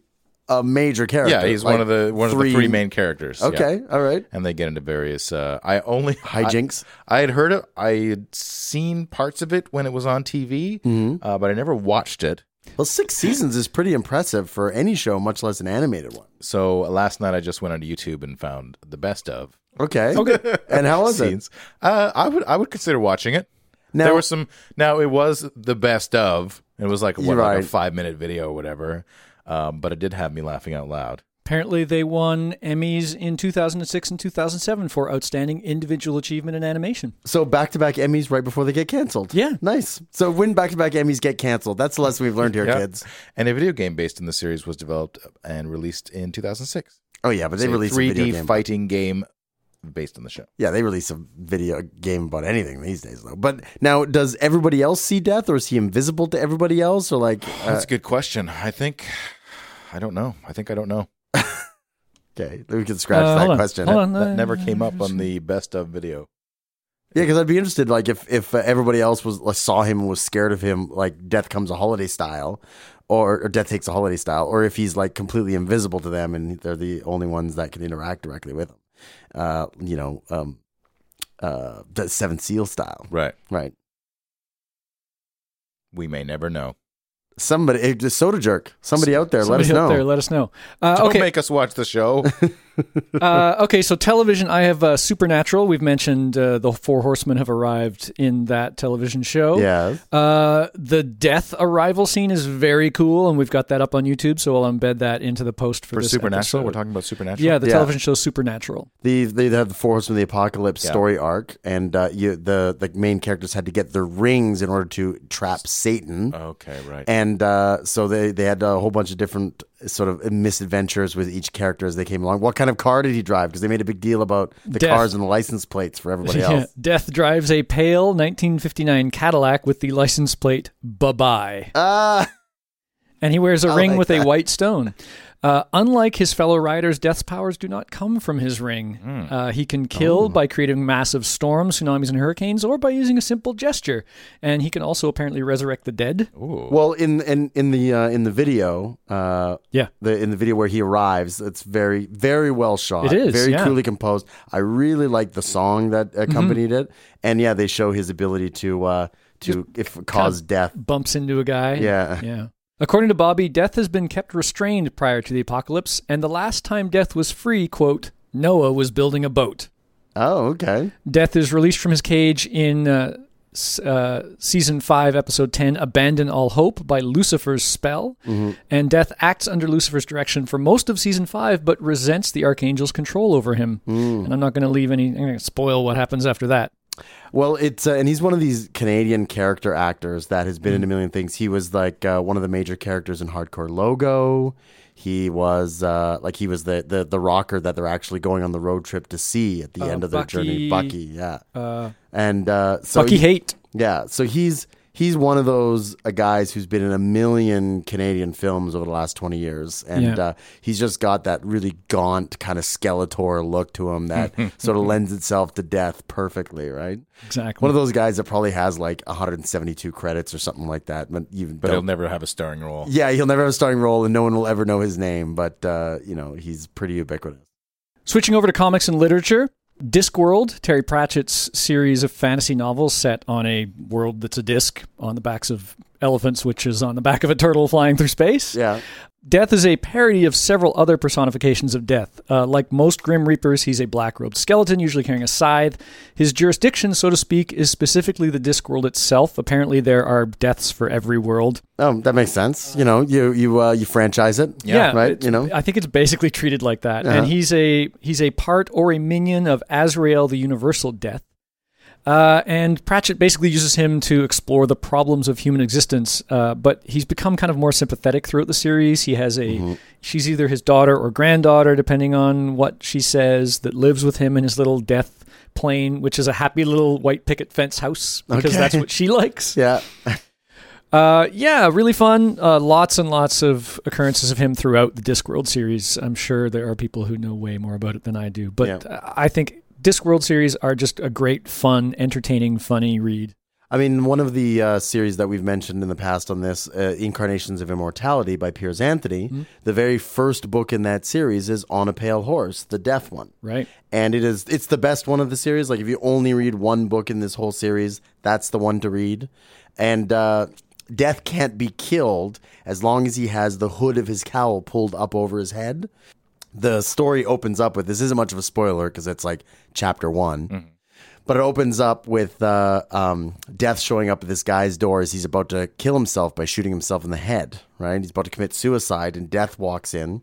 Speaker 3: a major character.
Speaker 1: yeah, he's
Speaker 3: like
Speaker 1: one of the one of the three main characters. yeah.
Speaker 3: Okay. All right.
Speaker 1: And they get into various uh I only
Speaker 3: Hijinks.
Speaker 1: I had heard it. I had seen parts of it when it was on TV,
Speaker 3: Mm-hmm.
Speaker 1: uh, but I never watched it.
Speaker 3: well, six seasons is pretty impressive for any show, much less an animated one.
Speaker 1: So uh, last night I just went onto YouTube and found the best of
Speaker 3: Okay. Okay. And how was it?
Speaker 1: scenes. Uh, I would I would consider watching it.
Speaker 3: Now-
Speaker 1: there were some. Now it was the best of. It was like, what,
Speaker 3: You're
Speaker 1: like a
Speaker 3: right.
Speaker 1: five minute video or whatever. Um, but it did have me laughing out loud.
Speaker 2: Apparently, they won Emmys in 2006 and 2007 for Outstanding Individual Achievement in Animation.
Speaker 3: So back to back Emmys right before they get canceled.
Speaker 2: Yeah.
Speaker 3: Nice. So when back to back Emmys get canceled, that's the lesson we've learned here,
Speaker 1: Yeah.
Speaker 3: kids.
Speaker 1: And a video game based in the series was developed and released in 2006.
Speaker 3: Oh yeah, but they
Speaker 1: It's a
Speaker 3: released a
Speaker 1: 3D
Speaker 3: video game.
Speaker 1: fighting game based on the show.
Speaker 3: Yeah, they release a video game about anything these days, though. But now, does everybody else see death, or is he invisible to everybody else, or like? Uh,
Speaker 1: That's a good question. I think I don't know. I think I don't know.
Speaker 3: okay, we can scratch
Speaker 2: Uh,
Speaker 3: that
Speaker 2: hold on,
Speaker 3: question.
Speaker 2: hold on,
Speaker 1: That
Speaker 2: uh,
Speaker 1: never came up on the best of video.
Speaker 3: Yeah, because I'd be interested, like if if uh, everybody else was like, saw him and was scared of him, like death comes a holiday style, or, or death takes a holiday style, or if he's like completely invisible to them and they're the only ones that can interact directly with him. Uh, you know, um, uh, the Seven Seal style,
Speaker 1: Right.
Speaker 3: right?
Speaker 1: We may never know.
Speaker 3: Somebody, it, just soda jerk, somebody out there,
Speaker 2: Somebody
Speaker 3: let us
Speaker 2: out
Speaker 3: know.
Speaker 2: there, let us know. Uh,
Speaker 1: Don't
Speaker 2: okay,
Speaker 1: make us watch the show.
Speaker 2: uh, okay. So television, I have uh, Supernatural. We've mentioned uh, the Four Horsemen have arrived in that television show.
Speaker 3: Yes.
Speaker 2: Uh, the death arrival scene is very cool, and we've got that up on YouTube. So I'll embed that into the post for,
Speaker 1: For
Speaker 2: this
Speaker 1: Supernatural,
Speaker 2: episode.
Speaker 1: we're talking about Supernatural.
Speaker 2: Yeah, the
Speaker 3: Yeah.
Speaker 2: television show Supernatural.
Speaker 3: The, they had the Force of the Apocalypse
Speaker 1: Yeah.
Speaker 3: story arc, and uh, you, the the main characters had to get their rings in order to trap Satan.
Speaker 1: Okay, right.
Speaker 3: And uh, so they, they had a whole bunch of different sort of misadventures with each character as they came along. What kind of car did he drive? Because they made a big deal about the
Speaker 2: Death.
Speaker 3: cars and the license plates for everybody
Speaker 2: Yeah.
Speaker 3: else.
Speaker 2: Death drives a pale 1959 Cadillac with the license plate "Bye Bye,"
Speaker 3: Ah,
Speaker 2: and he wears a
Speaker 3: I
Speaker 2: ring
Speaker 3: like
Speaker 2: with a
Speaker 3: that.
Speaker 2: white stone. Uh, unlike his fellow riders, Death's powers do not come from his ring. Uh, he can kill by creating massive storms, tsunamis, and hurricanes, or by using a simple gesture. And he can also apparently resurrect the dead.
Speaker 3: well, in in in the uh, in the video, uh,
Speaker 2: Yeah.
Speaker 3: the in the video where he arrives, it's very very well
Speaker 2: It
Speaker 3: shot.
Speaker 2: is,
Speaker 3: very
Speaker 2: yeah. Mm-hmm.
Speaker 3: coolly composed. I really like the song that accompanied it, and yeah, they show his ability to uh, to if cause death.
Speaker 2: bumps into a guy.
Speaker 3: Yeah.
Speaker 2: Yeah. According to Bobby, death has been kept restrained prior to the apocalypse, and the last time death was free, quote, Noah was building a boat.
Speaker 3: Oh, okay.
Speaker 2: Death is released from his cage in uh, s- uh, season 5, episode 10, Abandon All Hope by Lucifer's Spell.
Speaker 3: Mm-hmm.
Speaker 2: And Death acts under Lucifer's direction for most of season 5, but resents the Archangel's control over him.
Speaker 3: Mm.
Speaker 2: And I'm not going to leave any, I'm going to spoil what happens after that.
Speaker 3: Well, it's uh, and he's one of these Canadian character actors that has
Speaker 2: Mm.
Speaker 3: been in a million things. He was like uh, one of the major characters in Hardcore Logo. He was uh, like he was the, the the rocker that they're actually going on the road trip to see at the
Speaker 2: Uh,
Speaker 3: end of their journey. Bucky,
Speaker 2: Bucky.
Speaker 3: yeah,
Speaker 2: Uh,
Speaker 3: and uh, so
Speaker 2: Bucky
Speaker 3: he-
Speaker 2: Haight.
Speaker 3: yeah, so he's he's one of those uh, guys who's been in a million Canadian films over the last twenty years, and
Speaker 2: Yeah.
Speaker 3: uh, he's just got that really gaunt kind of Skeletor look to him that sort of lends itself to death perfectly, right?
Speaker 2: Exactly.
Speaker 3: One of those guys that probably has like 172 credits or something like that, but even
Speaker 1: but
Speaker 3: don't-
Speaker 1: he'll never have a starring role.
Speaker 3: yeah, he'll never have a starting role, and no one will ever know his name. But uh, you know, he's pretty ubiquitous.
Speaker 2: Switching over to comics and literature, Discworld, Terry Pratchett's series of fantasy novels set on a world that's a disc on the backs of elephant switches on the back of a turtle flying through space.
Speaker 3: Yeah.
Speaker 2: Death is a parody of several other personifications of death. Uh, like most Grim Reapers, he's a black robed skeleton, usually carrying a scythe. His jurisdiction, so to speak, is specifically the Discworld itself. Apparently, there are deaths for every world.
Speaker 3: Oh, that makes sense. You know, you you uh, you franchise it. right.
Speaker 2: it's-
Speaker 3: You know, Uh-huh.
Speaker 2: I think it's basically treated like that. And he's a he's a part or a minion of Azrael, the Universal Death. Uh, and Pratchett basically uses him to explore the problems of human existence. Uh, but he's become kind of more sympathetic throughout the series. He has a
Speaker 3: Mm-hmm.
Speaker 2: she's either his daughter or granddaughter, depending on what she says, that lives with him in his little death plane, which is a happy little white picket fence house because
Speaker 3: Okay.
Speaker 2: that's what she likes.
Speaker 3: yeah.
Speaker 2: Uh, yeah, really fun. Uh, lots and lots of occurrences of him throughout the Discworld series. I'm sure there are people who know way more about it than I do, but
Speaker 3: Yeah.
Speaker 2: I think Discworld series are just a great, fun, entertaining, funny read.
Speaker 3: I mean, one of the uh, series that we've mentioned in the past on this, uh, Incarnations of Immortality by Piers Anthony,
Speaker 1: Mm-hmm.
Speaker 3: the very first book in that series is On a Pale Horse, the death one.
Speaker 2: Right.
Speaker 3: And it is it's the best one of the series. Like if you only read one book in this whole series, that's the one to read. And uh, Death can't be killed as long as he has the hood of his cowl pulled up over his head. The story opens up with this isn't much of a spoiler because it's like chapter one but it opens up with uh, um, death showing up at this guy's door as he's about to kill himself by shooting himself in the head right he's about to commit suicide and death walks in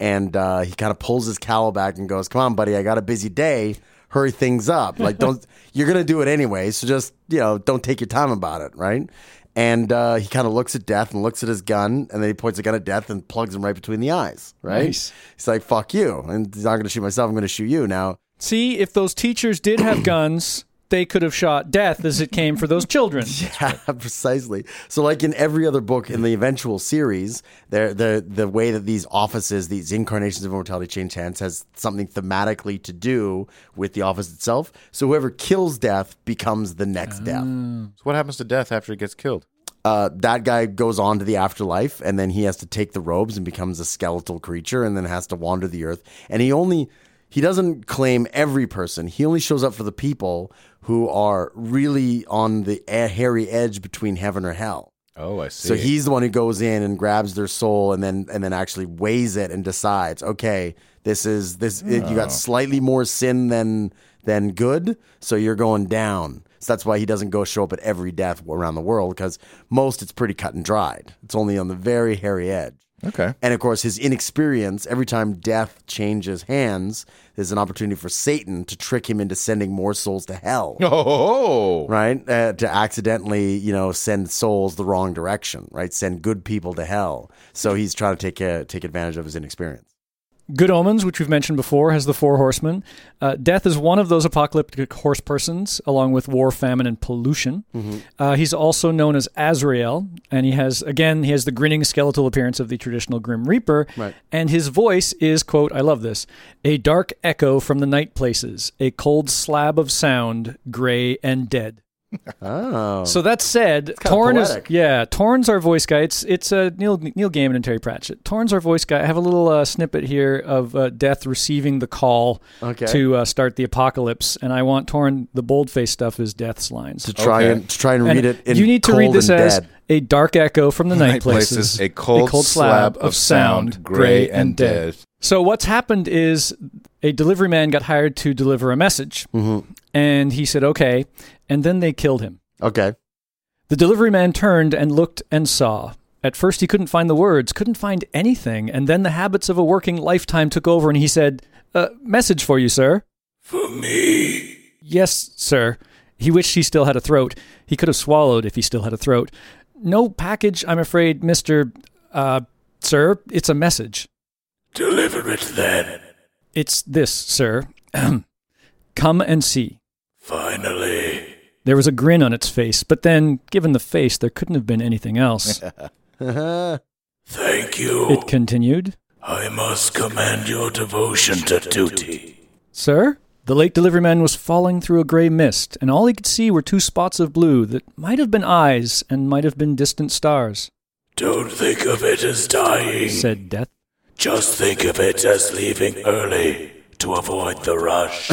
Speaker 3: and uh, he kind of pulls his cowl back and goes come on buddy i got a busy day hurry things up like don't you're gonna do it anyway so just you know don't take your time about it right and uh, he kind of looks at death and looks at his gun and then he points the gun at death and plugs him right between the eyes right
Speaker 2: Nice.
Speaker 3: he's like fuck you and he's not gonna shoot myself i'm gonna shoot you now
Speaker 2: See, if those teachers did have guns, they could have shot death as it came for those children.
Speaker 3: precisely. So, like in every other book in the eventual series, there the the way that these offices, these incarnations of immortality, change hands has something thematically to do with the office itself. So, whoever kills death becomes the next death.
Speaker 1: So what happens to death after he gets killed?
Speaker 3: Uh, that guy goes on to the afterlife, and then he has to take the robes and becomes a skeletal creature, and then has to wander the earth. And he only he doesn't claim every person. He only shows up for the people who are really on the a- hairy edge between heaven or hell.
Speaker 1: Oh, I see.
Speaker 3: So he's the one who goes in and grabs their soul and then and then actually weighs it and decides, okay, this is this it, you got slightly more sin than than good, so you're going down. So that's why he doesn't go show up at every death around the world because most it's pretty cut and dried. It's only on the very hairy edge.
Speaker 1: okay.
Speaker 3: And of course, his inexperience, every time death changes hands, there's an opportunity for Satan to trick him into sending more souls to hell
Speaker 1: Oh,
Speaker 3: right? Uh, to accidentally, you know, send souls the wrong direction, right? Send good people to hell. So he's trying to take uh, take advantage of his inexperience.
Speaker 2: Good Omens, which we've mentioned before, has the four horsemen. Uh, death is one of those apocalyptic horse persons, along with war, famine, and pollution. Uh, he's also known as Azrael, and he has, again, he has the grinning skeletal appearance of the traditional Grim Reaper.
Speaker 3: Right.
Speaker 2: And his voice is, quote, I love this, a dark echo from the night places, a cold slab of sound, gray and dead.
Speaker 3: Oh,
Speaker 2: So that said,
Speaker 3: kinda
Speaker 2: Torn is
Speaker 3: poetic.
Speaker 2: yeah. Torn's our voice guy. It's it's uh, Neil Neil Gaiman and Terry Pratchett. Torn's our voice guy. I have a little uh, snippet here of uh, Death receiving the call
Speaker 3: Okay.
Speaker 2: to uh, start the apocalypse, and I want Torn the boldface stuff is Death's lines.
Speaker 3: to try
Speaker 1: Okay.
Speaker 3: and to try and,
Speaker 2: And
Speaker 3: read it. In
Speaker 2: you need to
Speaker 3: cold
Speaker 2: read this
Speaker 3: and
Speaker 2: as
Speaker 3: dead.
Speaker 2: a dark echo from the night,
Speaker 1: Night places, a cold, slab of sound, gray and dead.
Speaker 2: So what's happened is a delivery man got hired to deliver a message,
Speaker 3: Mm-hmm.
Speaker 2: and he said okay, and then they killed him.
Speaker 3: okay.
Speaker 2: The delivery man turned and looked and saw. At first, he couldn't find the words, couldn't find anything, and then the habits of a working lifetime took over, and he said, uh, Message for you, sir. For me? Yes, sir. He wished he still had a throat. He could have swallowed if he still had a throat. No package, I'm afraid, Mr. Uh, sir. It's a message.
Speaker 5: Deliver it then.
Speaker 2: It's this, sir. Come and see.
Speaker 5: Finally.
Speaker 2: There was a grin on its face, but then, given the face, there couldn't have been anything else.
Speaker 5: Thank you.
Speaker 2: It continued.
Speaker 5: I must commend your devotion to duty.
Speaker 2: Sir? The late delivery man was falling through a gray mist, and all he could see were two spots of blue that might have been eyes and might have been distant stars,
Speaker 5: Don't think of it as dying.
Speaker 2: said Death.
Speaker 5: Just think of it as leaving early to avoid the rush.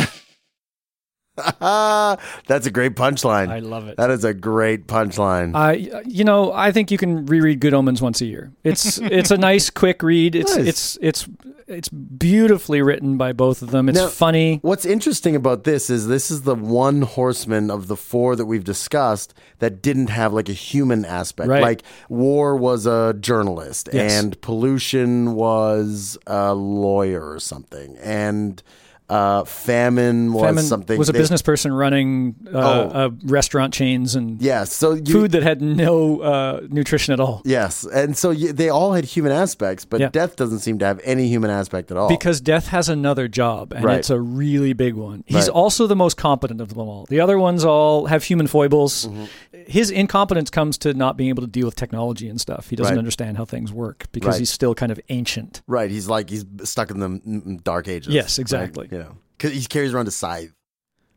Speaker 3: That's a great punchline.
Speaker 2: I love it.
Speaker 3: That is a great punchline.
Speaker 2: Uh, you know, I think you can reread Good Omens once a year. It's it's a nice quick read. It's
Speaker 3: Nice.
Speaker 2: it's it's it's beautifully written by both of them. It's
Speaker 3: Now-
Speaker 2: funny.
Speaker 3: What's interesting about this is this is the one horseman of the four that we've discussed that didn't have like a human aspect.
Speaker 2: Right.
Speaker 3: Like war was a journalist
Speaker 2: Yes.
Speaker 3: and pollution was a lawyer or something. And uh, famine was
Speaker 2: Femin
Speaker 3: something
Speaker 2: was a
Speaker 3: they-
Speaker 2: business person running uh, uh, restaurant chains and
Speaker 3: Yes. So you,
Speaker 2: food that had no uh, nutrition at all.
Speaker 3: Yes. And so you, they all had human aspects, but
Speaker 2: Yeah.
Speaker 3: death doesn't seem to have any human aspect at all.
Speaker 2: Because Death has another job, and
Speaker 3: Oh. Right.
Speaker 2: it's a really big one. He's
Speaker 3: Right.
Speaker 2: also the most competent of them all. The other ones all have human foibles.
Speaker 3: Mm-hmm.
Speaker 2: His incompetence comes to not being able to deal with technology and stuff. He doesn't
Speaker 3: Right.
Speaker 2: understand how things work because
Speaker 3: Right.
Speaker 2: he's still kind of ancient.
Speaker 3: Right. He's like he's stuck in the mm, mm, dark ages.
Speaker 2: Yes, exactly.
Speaker 3: Right? You know, 'Cause he carries around a scythe,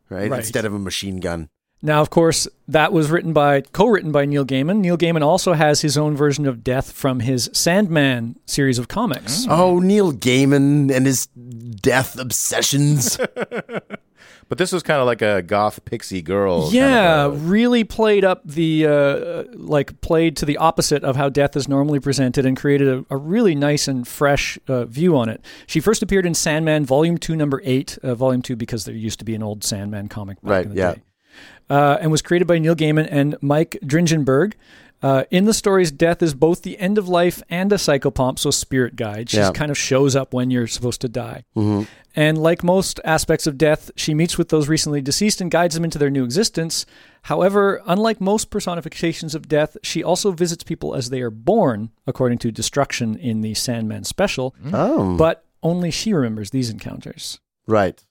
Speaker 3: right?
Speaker 2: Right.
Speaker 3: Instead of a machine gun.
Speaker 2: Now, of course, that was written by, co-written by Neil Gaiman. Neil Gaiman also has his own version of Death from his Sandman series of comics.
Speaker 3: Oh, Neil Gaiman and his death obsessions.
Speaker 1: But this was kind of like a goth pixie girl. kind
Speaker 2: yeah,
Speaker 1: of a-
Speaker 2: really played up the uh, like played to the opposite of how death is normally presented and created a, a really nice and fresh uh, view on it. She first appeared in Sandman Volume Two, Number Eight, uh, Volume Two, because there used to be an old Sandman comic back
Speaker 3: Right,
Speaker 2: in the
Speaker 3: yeah.
Speaker 2: day. Uh, and was created by Neil Gaiman and Mike Dringenberg. Uh, in the stories, death is both the end of life and a psychopomp, so spirit guide. She
Speaker 3: Yeah. Mm-hmm.
Speaker 2: kind of shows up when you're supposed to die. And like most aspects of death, she meets with those recently deceased and guides them into their new existence. However, unlike most personifications of death, she also visits people as they are born, according to Destruction in the Sandman special.
Speaker 3: oh,
Speaker 2: But only she remembers these encounters.
Speaker 3: right.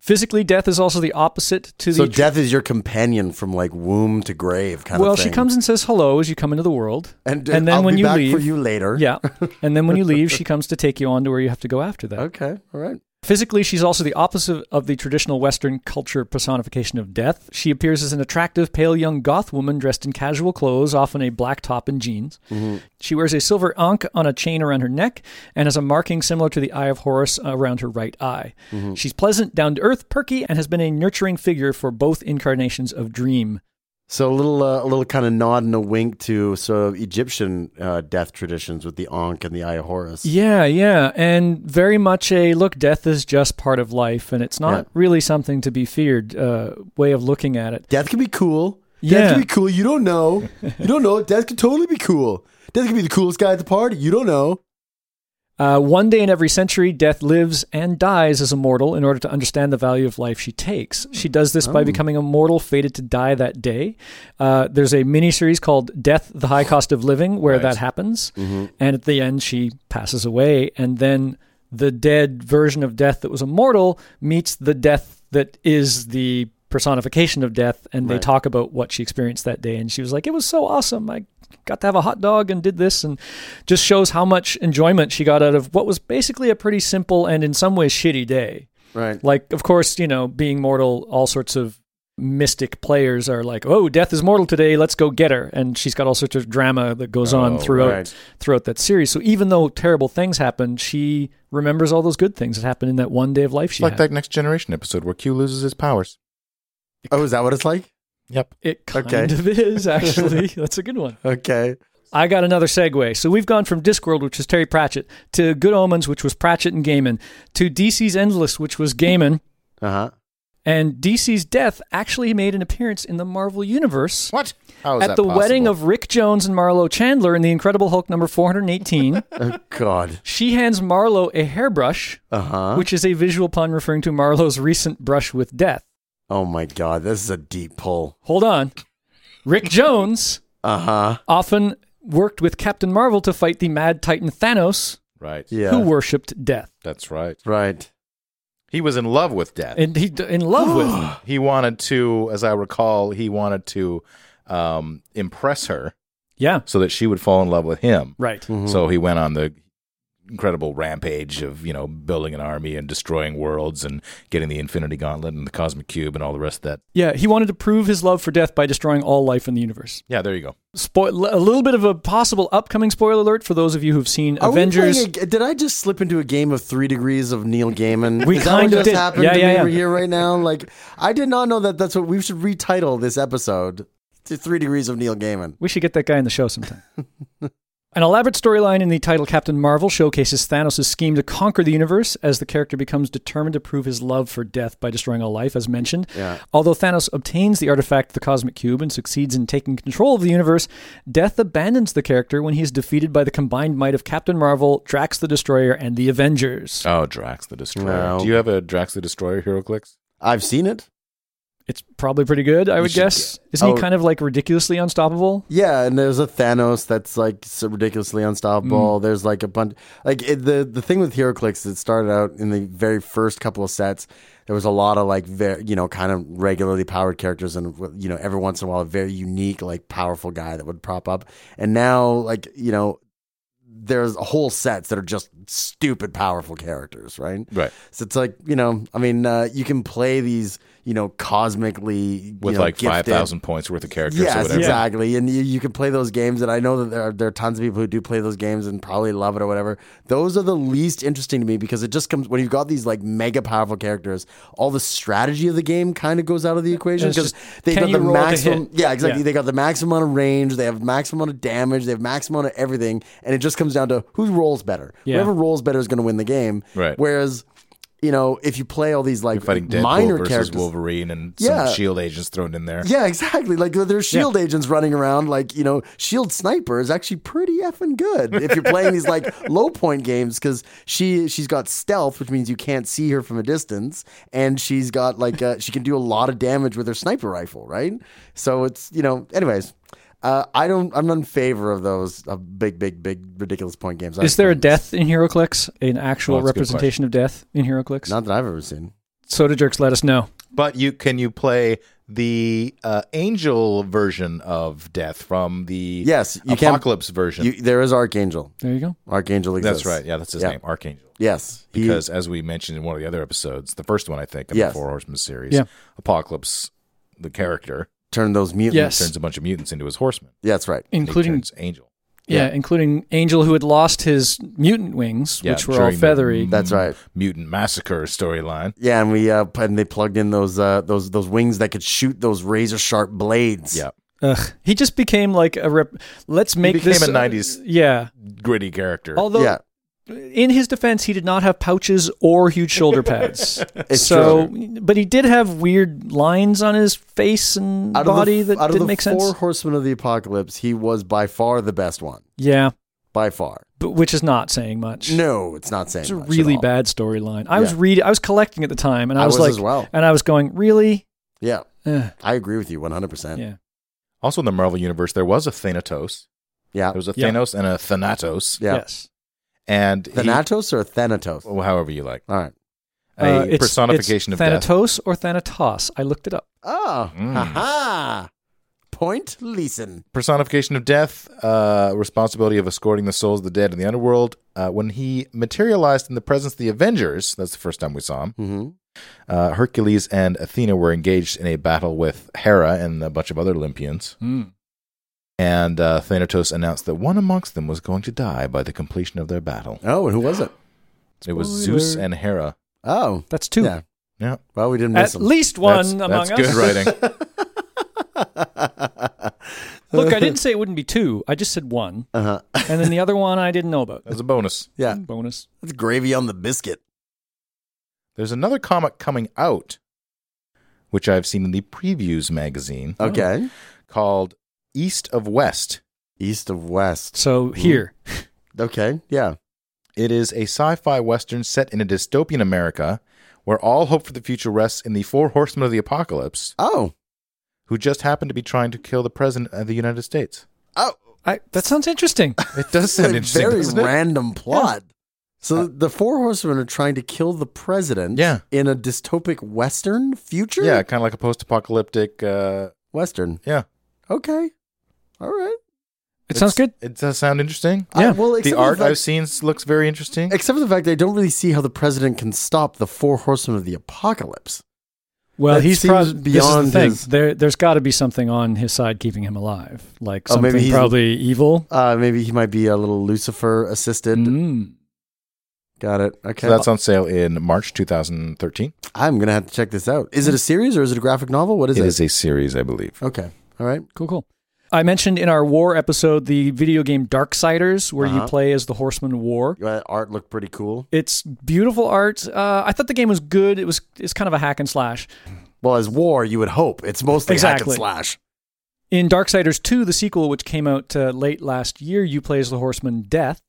Speaker 2: Physically, death is also the opposite to
Speaker 3: So
Speaker 2: the.
Speaker 3: death is your companion from like womb to grave, kind
Speaker 2: well,
Speaker 3: of. thing.
Speaker 2: she comes and says hello as you come into the world,
Speaker 3: and, and then I'll when be you back for you later.
Speaker 2: yeah, and then when you leave, she comes to take you on to where you have to go after that.
Speaker 3: Okay. All right.
Speaker 2: Physically, she's also the opposite of the traditional Western culture personification of death. She appears as an attractive, pale young goth woman dressed in casual clothes, often a black top and jeans.
Speaker 3: Mm-hmm.
Speaker 2: She wears a silver ankh on a chain around her neck and has a marking similar to the Eye of Horus around her right eye.
Speaker 3: Mm-hmm.
Speaker 2: She's pleasant, down to earth, perky, and has been a nurturing figure for both incarnations of Dream.
Speaker 3: So a little, uh, a little kind of nod and a wink to sort of Egyptian uh, death traditions with the Ankh and the Eye of Horus.
Speaker 2: Yeah, yeah, and very much a look. Death is just part of life, and it's not
Speaker 3: Yeah.
Speaker 2: really something to be feared. Uh, way of looking at it.
Speaker 3: Death can be cool.
Speaker 2: Yeah.
Speaker 3: Death can be cool. You don't know. You don't know. Death can totally be cool. Death can be the coolest guy at the party. You don't know.
Speaker 2: Uh, one day in every century, death lives and dies as a mortal in order to understand the value of life she takes. She does this by becoming a mortal fated to die that day. Uh, there's a miniseries called Death, the High Cost of Living, where that happens. And at the end, she passes away. And then the dead version of death that was a mortal meets the death that is the personification of death. And they talk about what she experienced that day. And she was like, It was so awesome. I got to have a hot dog and did this and just shows how much enjoyment she got out of what was basically a pretty simple and in some ways shitty day.
Speaker 3: Right.
Speaker 2: Like of course, you know, being mortal, all sorts of mystic players are like, "Oh, death is mortal today, let's go get her." And she's got all sorts of drama that goes on
Speaker 1: Oh,
Speaker 2: throughout
Speaker 3: right.
Speaker 2: throughout that series. So even though terrible things happen, she remembers all those good things that happened in that one day of life
Speaker 1: It's
Speaker 2: she
Speaker 1: like
Speaker 2: had.
Speaker 1: that Next Generation episode where Q loses his powers.
Speaker 3: Oh, is that what it's like?
Speaker 1: Yep.
Speaker 2: It kind
Speaker 3: Okay.
Speaker 2: of is actually. That's a good one.
Speaker 3: Okay.
Speaker 2: I got another segue. So we've gone from Discworld, which was Terry Pratchett, to Good Omens, which was Pratchett and Gaiman, to DC's Endless, which was Gaiman,
Speaker 3: Uh huh.
Speaker 2: and DC's Death actually made an appearance in the Marvel Universe
Speaker 1: What? How is
Speaker 2: at
Speaker 1: that
Speaker 2: the
Speaker 1: possible?
Speaker 2: wedding of Rick Jones and Marlo Chandler in The Incredible Hulk number 418.
Speaker 3: Oh God.
Speaker 2: she hands Marlo a hairbrush,
Speaker 3: Uh huh.
Speaker 2: which is a visual pun referring to Marlo's recent brush with death.
Speaker 3: Oh my God. This is a deep pull.
Speaker 2: Hold on. Rick Jones
Speaker 3: Uh huh.
Speaker 2: often worked with Captain Marvel to fight the mad titan Thanos,
Speaker 1: Right.
Speaker 3: Yeah.
Speaker 2: who worshipped death.
Speaker 1: That's right.
Speaker 3: right.
Speaker 1: He was in love with death.
Speaker 2: and he in love with.
Speaker 1: he wanted to, as I recall, he wanted to um, impress her
Speaker 2: Yeah,
Speaker 3: Mm-hmm.
Speaker 1: so that she would fall in love with him.
Speaker 2: right.
Speaker 1: So he went on the incredible rampage of you know building an army and destroying worlds and getting the Infinity Gauntlet and the Cosmic Cube and all the rest of that.
Speaker 2: Yeah, he wanted to prove his love for death by destroying all life in the universe.
Speaker 1: Yeah, there you go.
Speaker 2: Spoil a little bit of a possible upcoming spoiler alert for those of you who've seen
Speaker 3: Are we
Speaker 2: Avengers.
Speaker 3: playing a- did I just slip into a game of three degrees of Neil Gaiman?
Speaker 2: We
Speaker 3: Is that what
Speaker 2: kind of
Speaker 3: just
Speaker 2: did.
Speaker 3: happened
Speaker 2: Yeah,
Speaker 3: to
Speaker 2: yeah,
Speaker 3: me
Speaker 2: yeah.
Speaker 3: over here right now? Like, I did not know that. That's what we should retitle this episode to Three Degrees of Neil Gaiman.
Speaker 2: We should get that guy in the show sometime. An elaborate storyline in the title Captain Marvel showcases Thanos' scheme to conquer the universe as the character becomes determined to prove his love for death by destroying all life, as mentioned.
Speaker 3: Yeah.
Speaker 2: Although Thanos obtains the artifact, the Cosmic Cube, and succeeds in taking control of the universe, Death abandons the character when he is defeated by the combined might of Captain Marvel, Drax the Destroyer, and the Avengers.
Speaker 1: Oh, Drax the Destroyer.
Speaker 3: No.
Speaker 1: Do you have a Drax the Destroyer hero clicks?
Speaker 3: I've seen it.
Speaker 2: It's probably pretty good, I would
Speaker 1: should
Speaker 2: guess. Isn't
Speaker 3: oh.
Speaker 2: he kind of like ridiculously unstoppable?
Speaker 3: Yeah, and there's a Thanos that's like so ridiculously
Speaker 1: Mm.
Speaker 3: unstoppable. There's like a bunch, like it, the the thing with HeroClix that started out in the very first couple of sets. There was a lot of like very you know kind of regularly powered characters, and you know every once in a while a very unique like powerful guy that would prop up. And now like you know there's whole sets that are just stupid powerful characters, right?
Speaker 1: Right.
Speaker 3: So it's like you know I mean uh, you can play these you know cosmically
Speaker 1: With
Speaker 3: you know,
Speaker 1: like five
Speaker 3: gifted-
Speaker 1: thousand points worth of characters or
Speaker 3: Yes,
Speaker 1: whatever.
Speaker 3: exactly. And you, you can play those games. And I know that there are, there are tons of people who do play those games and probably love it or whatever. Those are the least interesting to me because it just comes when you've got these like mega powerful characters, all the strategy of the game kind of goes out of the equation
Speaker 2: It's
Speaker 3: because
Speaker 2: just,
Speaker 3: they
Speaker 2: can
Speaker 3: got
Speaker 2: you
Speaker 3: the
Speaker 2: roll to
Speaker 3: maximum.
Speaker 2: hit?
Speaker 3: Yeah, exactly.
Speaker 2: Yeah.
Speaker 3: They got the maximum amount of range. They have maximum amount of damage. They have maximum amount of everything. And it just comes down to who rolls better.
Speaker 2: Yeah.
Speaker 3: Whoever rolls better is going to win the game.
Speaker 1: Right.
Speaker 3: Whereas, you know, if you play all these like
Speaker 1: Fighting Deadpool
Speaker 3: minor
Speaker 1: versus
Speaker 3: characters,
Speaker 1: Wolverine and
Speaker 3: Yeah.
Speaker 1: some Shield agents thrown in there.
Speaker 3: yeah, exactly. Like there's shield E agents running around. Like you know, shield E sniper is actually pretty effing good if you're playing these like low point games because she she's got stealth, which means you can't see her from a distance, and she's got like uh, she can do a lot of damage with her sniper rifle, right? So it's you know, anyways. Uh, I don't. I'm not in favor of those uh, big, big, big, ridiculous point games.
Speaker 2: Is there a death in HeroClix? An actual
Speaker 1: Oh, that's a good
Speaker 2: representation of death in HeroClix?
Speaker 3: Not that I've ever seen.
Speaker 2: Soda jerks, let us know.
Speaker 1: But you can you play the uh, angel version of death from the
Speaker 3: Yes, you can-
Speaker 1: apocalypse version.
Speaker 3: You, there is Archangel.
Speaker 2: There you go.
Speaker 3: Archangel exists.
Speaker 1: that's right. Yeah, that's his
Speaker 3: Yeah.
Speaker 1: name, Archangel.
Speaker 3: Yes, he-
Speaker 1: Because as we mentioned in one of the other episodes, the first one I think in
Speaker 3: Yes.
Speaker 1: the Four Horsemen series,
Speaker 2: Yeah.
Speaker 1: Apocalypse, the character
Speaker 3: turned those mutants.
Speaker 2: Yes.
Speaker 1: turns a bunch of mutants into his horsemen,
Speaker 3: Yeah, that's right.
Speaker 1: and he
Speaker 2: Including
Speaker 1: turns angel.
Speaker 2: yeah, including Angel who had lost his mutant wings,
Speaker 1: Yeah,
Speaker 2: which were all
Speaker 1: during the
Speaker 2: feathery.
Speaker 3: That's right.
Speaker 1: Mutant massacre storyline.
Speaker 3: Yeah, and we uh, and they plugged in those uh, those those wings that could shoot those razor sharp blades.
Speaker 1: Yeah,
Speaker 2: Ugh. He just became like a rep. Let's make
Speaker 1: became
Speaker 2: this uh,
Speaker 1: a 90s
Speaker 2: yeah.
Speaker 1: gritty character.
Speaker 2: Although
Speaker 3: yeah,
Speaker 2: in his defense, he did not have pouches or huge shoulder pads.
Speaker 3: it's
Speaker 2: so,
Speaker 3: true.
Speaker 2: but he did have weird lines on his face and
Speaker 3: Out of
Speaker 2: body
Speaker 3: the,
Speaker 2: that
Speaker 3: f- out of
Speaker 2: didn't
Speaker 3: the
Speaker 2: make
Speaker 3: four
Speaker 2: sense.
Speaker 3: horsemen of the apocalypse, he was by far the best one.
Speaker 2: Yeah,
Speaker 3: By far.
Speaker 2: but which is not saying much.
Speaker 3: No, it's not saying
Speaker 2: It's a
Speaker 3: much at
Speaker 2: really
Speaker 3: all.
Speaker 2: bad storyline. I was
Speaker 3: Yeah.
Speaker 2: reading, I was collecting at the time, and I,
Speaker 3: I
Speaker 2: was,
Speaker 3: was
Speaker 2: like,
Speaker 3: as well.
Speaker 2: and I was going, really?
Speaker 3: Yeah,
Speaker 2: Ugh.
Speaker 3: I agree with you one hundred percent.
Speaker 2: yeah,
Speaker 1: also in the Marvel universe, there was a Thanatos.
Speaker 3: Yeah,
Speaker 1: There was a
Speaker 2: Yeah.
Speaker 1: Thanos and a Thanatos,
Speaker 3: yeah.
Speaker 2: yes.
Speaker 1: and he- Oh.
Speaker 3: Thanatos or Thanatos?
Speaker 1: well, however you like,
Speaker 3: All right.
Speaker 1: a
Speaker 2: Uh, it's-
Speaker 1: personification
Speaker 2: it's
Speaker 1: of death.
Speaker 2: Thanatos or Thanatos. I looked it up.
Speaker 3: Oh,
Speaker 1: Mm.
Speaker 3: ha ha. Point Leeson.
Speaker 1: personification of death, uh, responsibility of escorting the souls of the dead in the underworld. Uh, when he materialized in the presence of the Avengers, that's the first time we saw him.
Speaker 3: Mm-hmm.
Speaker 1: Uh, Hercules and Athena were engaged in a battle with Hera and a bunch of other Olympians. And uh, Thanatos announced that one amongst them was going to die by the completion of their battle.
Speaker 3: Oh, and who was it?
Speaker 1: It was
Speaker 2: Spoiler.
Speaker 1: Zeus and Hera.
Speaker 3: Oh,
Speaker 2: That's two.
Speaker 3: Yeah.
Speaker 1: Yeah,
Speaker 3: Well, we didn't
Speaker 2: At
Speaker 3: miss him.
Speaker 2: least one
Speaker 1: that's,
Speaker 2: among
Speaker 1: that's
Speaker 2: us.
Speaker 1: good writing.
Speaker 2: Look, I didn't say it wouldn't be two. I just said one,
Speaker 3: uh-huh.
Speaker 2: and then the other one I didn't know about. Hmm,
Speaker 1: That's a bonus.
Speaker 3: Yeah,
Speaker 2: Bonus.
Speaker 3: that's gravy on the biscuit.
Speaker 1: There's another comic coming out, which I've seen in the Previews magazine,
Speaker 3: Oh. Okay.
Speaker 1: called East of West.
Speaker 3: East of West.
Speaker 2: So here,
Speaker 3: Okay. Yeah.
Speaker 1: It is a sci fi western set in a dystopian America where all hope for the future rests in the four horsemen of the apocalypse
Speaker 3: Oh.
Speaker 1: who just happen to be trying to kill the president of the United States.
Speaker 3: Oh.
Speaker 2: I, that sounds interesting.
Speaker 1: It does
Speaker 3: It's
Speaker 1: sound
Speaker 3: a
Speaker 1: interesting.
Speaker 3: very
Speaker 1: doesn't it?
Speaker 3: random plot. So the four horsemen are trying to kill the president
Speaker 1: Yeah.
Speaker 3: in a dystopic western future?
Speaker 1: Yeah, kind of like a post apocalyptic. Uh,
Speaker 3: Western.
Speaker 1: yeah.
Speaker 3: Okay. All right.
Speaker 2: It sounds good.
Speaker 1: It does sound interesting.
Speaker 3: I- well,
Speaker 1: the
Speaker 3: except for
Speaker 1: art
Speaker 3: fact-
Speaker 1: I've seen looks very interesting.
Speaker 3: except for the fact that I don't really see how the president can stop the four horsemen of the apocalypse.
Speaker 2: Well,
Speaker 3: That
Speaker 2: he's
Speaker 3: seems
Speaker 2: probably this
Speaker 3: beyond
Speaker 2: is the thing.
Speaker 3: his-
Speaker 2: There, there's got to be something on his side keeping him alive, like
Speaker 3: Oh, maybe
Speaker 2: something
Speaker 3: he's-
Speaker 2: probably evil.
Speaker 3: Uh, maybe he might be a little Lucifer assisted.
Speaker 2: Mm.
Speaker 3: Got it. Okay,
Speaker 1: So that's on sale in March 2013.
Speaker 3: I'm gonna have to check this out.
Speaker 2: Mm.
Speaker 3: Is it a series or is it a graphic novel? What is it?
Speaker 1: it is a series, I believe.
Speaker 3: okay, all right.
Speaker 2: Cool, cool. I mentioned in our war episode the video game Darksiders, where you
Speaker 3: Uh-huh.
Speaker 2: play as the Horseman of War.
Speaker 3: Uh, art looked pretty cool.
Speaker 2: It's beautiful art. Uh, I thought the game was good. It was it's kind of a hack and slash.
Speaker 3: Well, as war, you would hope it's mostly hack
Speaker 2: Exactly.
Speaker 3: and slash.
Speaker 2: In Darksiders 2, the sequel, which came out uh, late last year, you play as the Horseman Death.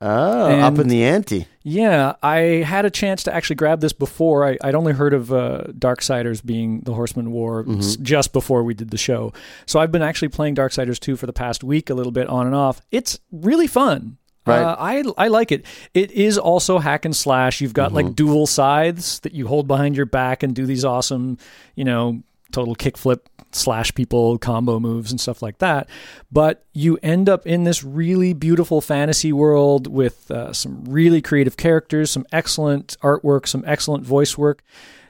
Speaker 3: Oh,
Speaker 2: And-
Speaker 3: up in the ante.
Speaker 2: Yeah, I had a chance to actually grab this before. I, I'd only heard of uh, Darksiders being the Horseman War s- just before we did the show. So I've been actually playing Darksiders 2 for the past week, a little bit on and off. It's really fun.
Speaker 3: Right.
Speaker 2: Uh, I, I like it. It is also hack and slash. You've got like dual scythes that you hold behind your back and do these awesome, you know, total kickflip slash people combo moves and stuff like that. But you end up in this really beautiful fantasy world with uh, some really creative characters, some excellent artwork, some excellent voice work.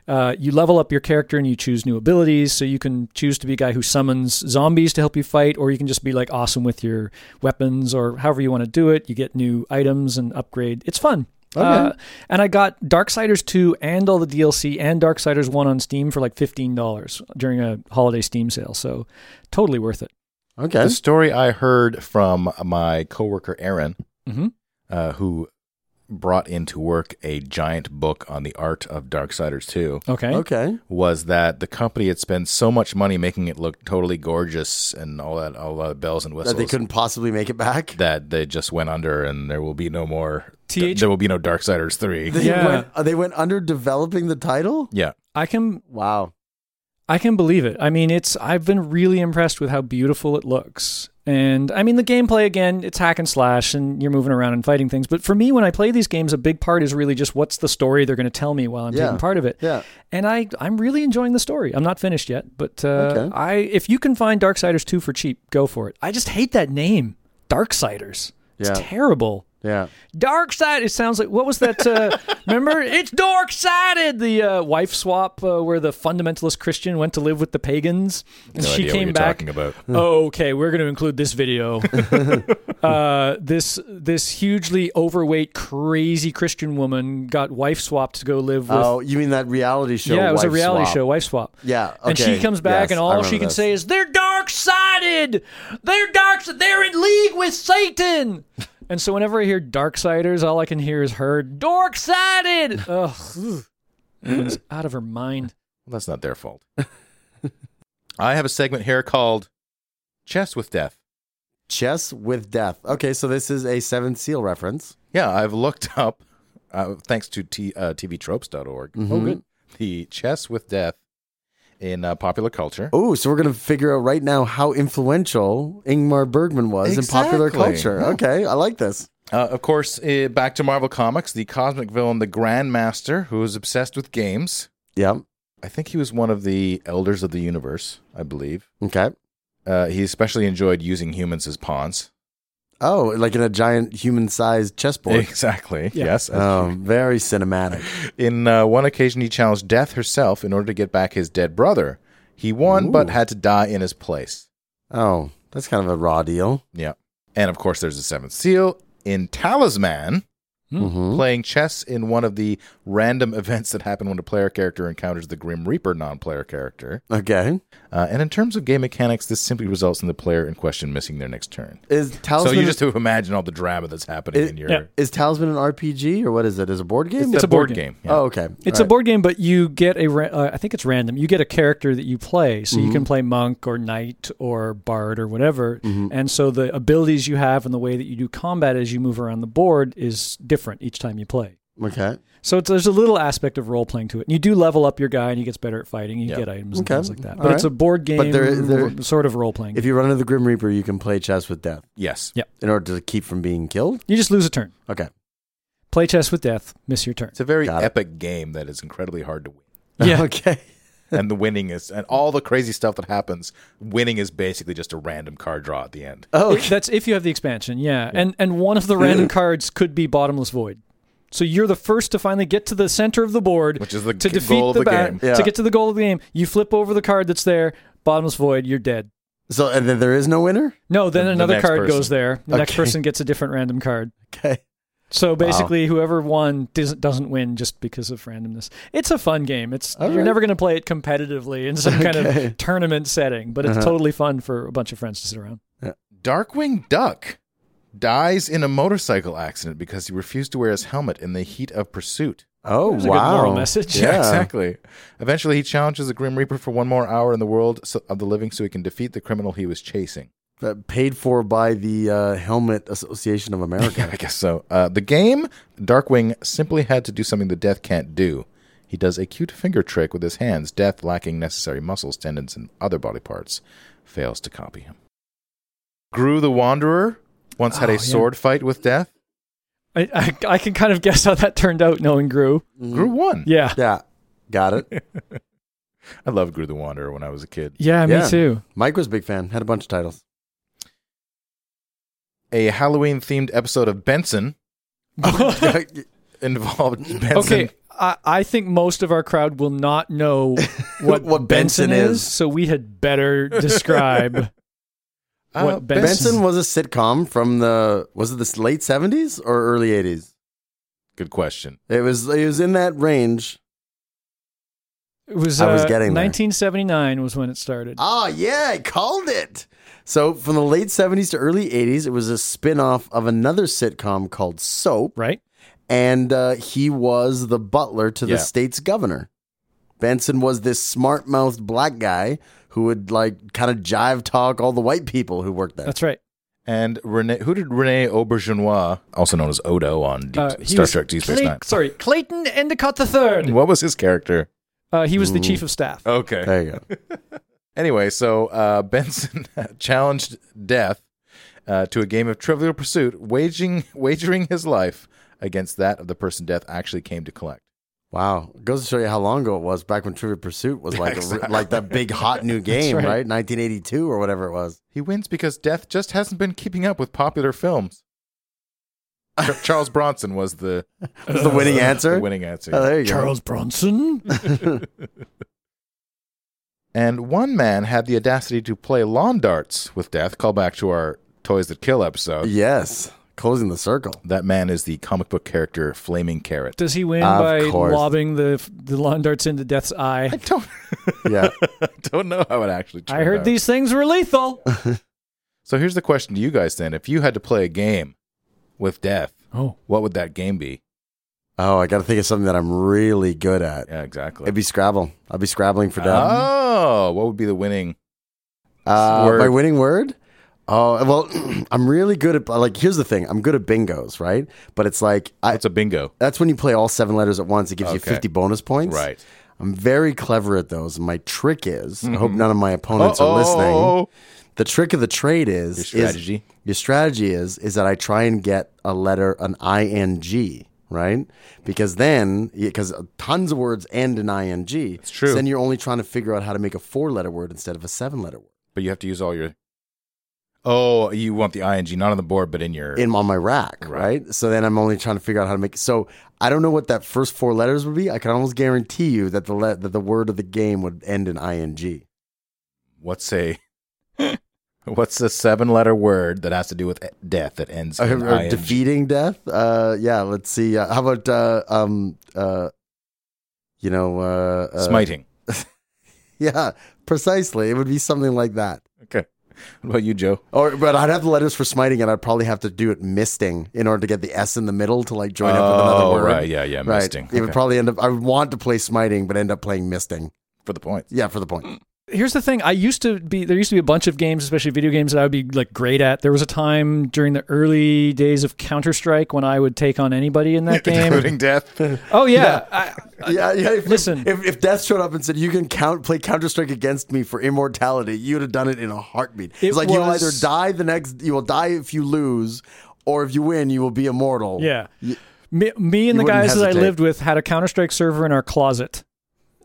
Speaker 2: Uh, you level up your character and you choose new abilities. So you can choose to be a guy who summons zombies to help you fight, or you can just be like awesome with your weapons or however you want to do it. You get new items and upgrade. It's fun. Uh, and I got Darksiders 2 and all the DLC and Darksiders 1 on Steam for like $15 during a holiday Steam sale. So totally worth it.
Speaker 3: Okay,
Speaker 1: The story I heard from my coworker Aaron,
Speaker 2: Mhm.
Speaker 1: uh, who brought into work a giant book on the art of Darksiders 2,
Speaker 2: Okay.
Speaker 3: okay.
Speaker 1: was that the company had spent so much money making it look totally gorgeous and all that, all that bells and whistles
Speaker 3: That they couldn't possibly make it back.
Speaker 1: that they just went under, and there will be no more.
Speaker 2: TH
Speaker 1: there will be no Darksiders 3.
Speaker 3: They
Speaker 2: Yeah.
Speaker 3: went, uh, they went under developing the title.
Speaker 1: yeah.
Speaker 2: I can
Speaker 3: Wow.
Speaker 2: I can believe it. I mean, it's I've been really impressed with how beautiful it looks. And I mean, the gameplay again, it's hack and slash and you're moving around and fighting things, but for me when I play these games, a big part is really just what's the story they're going to tell me while I'm
Speaker 3: Yeah.
Speaker 2: taking part of it.
Speaker 3: Yeah.
Speaker 2: and I I'm really enjoying the story. I'm not finished yet, but uh,
Speaker 3: Okay.
Speaker 2: I if you can find Darksiders 2 for cheap, go for it. I just hate that name, Darksiders. It's
Speaker 3: Yeah.
Speaker 2: terrible.
Speaker 3: Yeah.
Speaker 2: Darkside. It sounds like what was that? Uh, remember, it's dark-sided. The uh, wife swap uh, where the fundamentalist Christian went to live with the pagans, and
Speaker 1: No
Speaker 2: she
Speaker 1: idea what
Speaker 2: came
Speaker 1: you're
Speaker 2: back.
Speaker 1: talking about.
Speaker 2: Oh, okay, we're going to include this video. uh, this this hugely overweight, crazy Christian woman got wife swapped to go live with
Speaker 3: Oh, you mean that reality show?
Speaker 2: yeah, it was a
Speaker 3: Wife
Speaker 2: reality
Speaker 3: Swap.
Speaker 2: show, Wife Swap.
Speaker 3: Yeah,
Speaker 2: And she
Speaker 3: okay,
Speaker 2: comes back,
Speaker 3: yes,
Speaker 2: and
Speaker 3: I
Speaker 2: all she
Speaker 3: remember
Speaker 2: can
Speaker 3: this.
Speaker 2: say is, "They're dark sided. They're dark. They're in league with Satan." and so, whenever I hear Darksiders, all I can hear is her dark sided. Ugh, Woman's out of her mind.
Speaker 1: Well, that's not their fault. I have a segment here called Chess with Death.
Speaker 3: Chess with Death. Okay, so this is a Seventh Seal reference.
Speaker 1: Yeah, I've looked up, uh, thanks to t- uh, TVTropes.org,
Speaker 3: Mhm.
Speaker 1: the chess with death in uh, popular culture.
Speaker 3: Oh, so we're going to figure out right now how influential Ingmar Bergman was in popular
Speaker 1: Exactly.
Speaker 3: culture. Okay, I like this.
Speaker 1: Uh, of course, uh, back to Marvel Comics, the cosmic villain, the Grandmaster, who is obsessed with games.
Speaker 3: Yep.
Speaker 1: I think he was one of the elders of the universe, I believe.
Speaker 3: Okay.
Speaker 1: Uh, he especially enjoyed using humans as pawns.
Speaker 3: Oh, like in a giant human-sized chessboard.
Speaker 1: Exactly.
Speaker 2: Yeah.
Speaker 1: Yes.
Speaker 3: Oh, very cinematic.
Speaker 1: In uh, one occasion, he challenged Death herself in order to get back his dead brother. He won,
Speaker 3: Ooh.
Speaker 1: but had to die in his place.
Speaker 3: Oh, that's kind of a raw deal.
Speaker 1: Yeah. And of course, there's the seventh seal in Talisman, Hmm.
Speaker 2: Hmm?
Speaker 3: Mm-hmm.
Speaker 1: playing chess in one of the random events that happen when a player character encounters the Grim Reaper non player character.
Speaker 3: Okay.
Speaker 1: Uh, and in terms of game mechanics, this simply results in the player in question missing their next turn.
Speaker 3: Is Talisman?
Speaker 1: so you just have to imagine all the drama that's happening
Speaker 3: It-
Speaker 1: in your.
Speaker 2: Yeah.
Speaker 3: is Talisman an RPG or what is it? Is it a board game?
Speaker 2: It's a board game.
Speaker 1: yeah.
Speaker 3: Oh, okay.
Speaker 2: It's
Speaker 3: All
Speaker 2: a
Speaker 3: right.
Speaker 2: board game, but you get a. Ra- uh, I think it's random. You get a character that you play, so
Speaker 3: Mm-hmm.
Speaker 2: you can play monk or knight or bard or whatever.
Speaker 3: Mm-hmm.
Speaker 2: And so the abilities you have and the way that you do combat as you move around the board is different each time you play.
Speaker 3: Okay.
Speaker 2: So it's, there's a little aspect of role playing to it. And you do level up your guy, and he gets better at fighting. You
Speaker 1: Yeah.
Speaker 2: get items and
Speaker 3: Okay.
Speaker 2: things like that.
Speaker 3: All
Speaker 2: But it's
Speaker 3: right.
Speaker 2: a board game,
Speaker 3: But there- there-
Speaker 2: sort of role playing.
Speaker 3: If you run into the Grim Reaper, you can play chess with death
Speaker 1: Yes.
Speaker 2: Yeah.
Speaker 3: in order to keep from being killed.
Speaker 2: You just lose a turn.
Speaker 3: Okay.
Speaker 2: Play chess with death, miss your turn.
Speaker 1: It's a very
Speaker 3: Got it.
Speaker 1: epic game that is incredibly hard to win.
Speaker 2: Yeah.
Speaker 3: okay.
Speaker 1: and the winning is and all the crazy stuff that happens. Winning is basically just a random card draw at the end.
Speaker 2: Oh, that's if you have the expansion, yeah. And and one of the random cards could be bottomless void. So you're the first to finally get to the center of the board,
Speaker 1: Which is the
Speaker 2: to
Speaker 1: g-
Speaker 2: defeat
Speaker 1: goal of
Speaker 2: the,
Speaker 1: the
Speaker 2: ba-
Speaker 1: game.
Speaker 2: To
Speaker 3: Yeah.
Speaker 2: get to the goal of the game, you flip over the card that's there. Bottomless void, you're dead.
Speaker 3: So and then there is no winner.
Speaker 2: No, then
Speaker 1: The- the
Speaker 2: another
Speaker 1: next
Speaker 2: card
Speaker 1: person.
Speaker 2: goes there. The next
Speaker 3: Okay.
Speaker 2: person gets a different random card.
Speaker 3: Okay.
Speaker 2: So basically, whoever won doesn't doesn't win just because of randomness. It's a fun game. It's
Speaker 3: All
Speaker 2: you're
Speaker 3: right.
Speaker 2: never going to play it competitively in some kind
Speaker 3: Okay. Uh-huh.
Speaker 2: of tournament setting, but it's totally fun for a bunch of friends to sit around.
Speaker 1: Darkwing Duck dies in a motorcycle accident because he refused to wear his helmet in the heat of pursuit.
Speaker 3: Oh
Speaker 2: There's a
Speaker 3: wow.
Speaker 2: good moral message.
Speaker 3: Yeah.
Speaker 1: exactly. Eventually, he challenges the Grim Reaper for one more hour in the world so- of the living so he can defeat the criminal he was chasing.
Speaker 3: Uh, paid for by the uh, Helmet Association of America.
Speaker 1: I guess so. Uh, the game, Darkwing simply had to do something the Death can't do. He does a cute finger trick with his hands. Death, lacking necessary muscles, tendons, and other body parts, fails to copy him. Gru the Wanderer once had
Speaker 2: Oh,
Speaker 1: a
Speaker 2: yeah.
Speaker 1: sword fight with Death.
Speaker 2: I, I I can kind of guess how that turned out knowing Gru.
Speaker 1: Gru won.
Speaker 2: Yeah,
Speaker 3: yeah. Got it.
Speaker 1: I loved Gru the Wanderer when I was a kid.
Speaker 2: yeah, me
Speaker 3: Yeah.
Speaker 2: too.
Speaker 3: Mike was a big fan. Had a bunch of titles.
Speaker 1: A Halloween themed episode of Benson involved Benson.
Speaker 2: okay, I, I think most of our crowd will not know what,
Speaker 3: What Benson is.
Speaker 2: so we had better describe
Speaker 1: Uh,
Speaker 2: what Benson.
Speaker 3: Benson was a sitcom from the was it the late seventies or early eighties?
Speaker 1: Good question.
Speaker 3: It was it was in that range.
Speaker 2: It was.
Speaker 3: I was
Speaker 2: uh,
Speaker 3: getting there.
Speaker 2: 1979 was when it started.
Speaker 3: Ah, yeah, I called it. So from the late seventies to early eighties, it was a spin-off of another sitcom called Soap,
Speaker 2: Right?
Speaker 3: and uh, he was the butler to
Speaker 1: Yeah.
Speaker 3: the state's governor. Benson was this smart-mouthed black guy who would like kind of jive talk all the white people who worked there.
Speaker 2: That's right.
Speaker 1: And Rene, who did Rene Aubergenois, also known as Odo on Deep,
Speaker 2: Uh, he
Speaker 1: Star
Speaker 2: was
Speaker 1: Trek Deep Space
Speaker 2: Clay-
Speaker 1: Nine?
Speaker 2: Sorry, Clayton Endicott III.
Speaker 1: What was his character?
Speaker 2: Uh, he was the chief of staff.
Speaker 1: Okay.
Speaker 3: there you go.
Speaker 1: Anyway, so uh, Benson challenged Death uh, to a game of Trivial Pursuit, waging wagering his life against that of the person Death actually came to collect.
Speaker 3: Wow, goes to show you how long ago it was back when Trivia Pursuit was like a, like that big hot new game,
Speaker 2: right.
Speaker 3: right. 1982 or whatever it was.
Speaker 1: He wins because Death just hasn't been keeping up with popular films. Ch- Charles Bronson was the, uh,
Speaker 3: Was the winning answer?
Speaker 1: the winning answer.
Speaker 3: Oh, there you go.
Speaker 5: Charles Bronson?
Speaker 1: And one man had the audacity to play lawn darts with Death. Call back to our Toys That Kill episode.
Speaker 3: Yes, closing the circle.
Speaker 1: That man is the comic book character Flaming Carrot.
Speaker 2: Does he win
Speaker 3: Of
Speaker 2: by
Speaker 3: course.
Speaker 2: lobbing the the lawn darts into Death's eye?
Speaker 1: I don't,
Speaker 3: Yeah.
Speaker 1: I don't know how it actually. Turned
Speaker 2: I heard
Speaker 1: out.
Speaker 2: these things were lethal.
Speaker 1: So here's the question to you guys then: If you had to play a game with Death,
Speaker 2: Oh.
Speaker 1: what would that game be?
Speaker 3: Oh, I got to think of something that I'm really good at.
Speaker 1: Yeah, exactly.
Speaker 3: It'd be Scrabble. I'd be scrabbling for death.
Speaker 1: oh, what would be the winning?
Speaker 3: Uh,
Speaker 1: Word.
Speaker 3: My winning word? Oh, well, I'm really good at, like, here's the thing I'm good at bingos, right? But it's like, I,
Speaker 1: It's a bingo,
Speaker 3: that's when you play all seven letters at once. It gives you
Speaker 1: Okay.
Speaker 3: 50 bonus points.
Speaker 1: right?
Speaker 3: I'm very clever at those. My trick is, I hope none of my opponents are listening.
Speaker 1: Mm-hmm. Uh-oh.
Speaker 3: The trick of the trade is
Speaker 1: Your strategy.
Speaker 3: Is, your strategy is is that I try and get a letter an ing, right? Because then because tons of words end in ing. It's
Speaker 1: true.
Speaker 3: then you're only trying to figure out how to make a four letter word instead of a seven letter word.
Speaker 1: But you have to use all your. Oh, you want the ing not on the board, but in your.
Speaker 3: In on my rack, right. So then I'm only trying to figure out how to make so I don't know what that first four letters would be. I can almost guarantee you that the le- that the word of the game would end in ing.
Speaker 1: what's a. What's the seven-letter word that has to do with e, death that ends
Speaker 3: Or,
Speaker 1: in
Speaker 3: or
Speaker 1: ing?
Speaker 3: defeating death. Uh, yeah, let's see. Uh, how about uh, um, uh, you know, uh, uh,
Speaker 1: Smiting.
Speaker 3: Yeah, precisely. It would be something like that.
Speaker 1: Okay. What about you, Joe?
Speaker 3: Or, but I'd have the letters for smiting, and I'd probably have to do it misting in order to get the S in the middle to like join up with another
Speaker 1: Oh,
Speaker 3: word.
Speaker 1: right. Yeah, yeah,
Speaker 3: Right.
Speaker 1: misting.
Speaker 3: It would
Speaker 1: Okay.
Speaker 3: probably end up. I would want to play smiting, but end up playing misting.
Speaker 1: For the points.
Speaker 3: Yeah, for the point.
Speaker 2: here's the thing i used to be there used to be a bunch of games especially video games that i would be like great at there was a time during the early days of counter-strike when i would take on anybody in that game
Speaker 1: Including death.
Speaker 2: oh yeah, I-
Speaker 3: Yeah, yeah. If,
Speaker 2: Listen.
Speaker 3: if, if Death showed up and said you can count play Counter Strike against me for immortality, you'd have done it in a heartbeat.
Speaker 2: It
Speaker 3: it's like you'll
Speaker 2: was-
Speaker 3: either die the next, you will die if you lose, or if you win, you will be immortal.
Speaker 2: yeah me, me and the
Speaker 3: wouldn't
Speaker 2: guys that i
Speaker 3: hesitate.
Speaker 2: lived with had a counter-strike server in our closet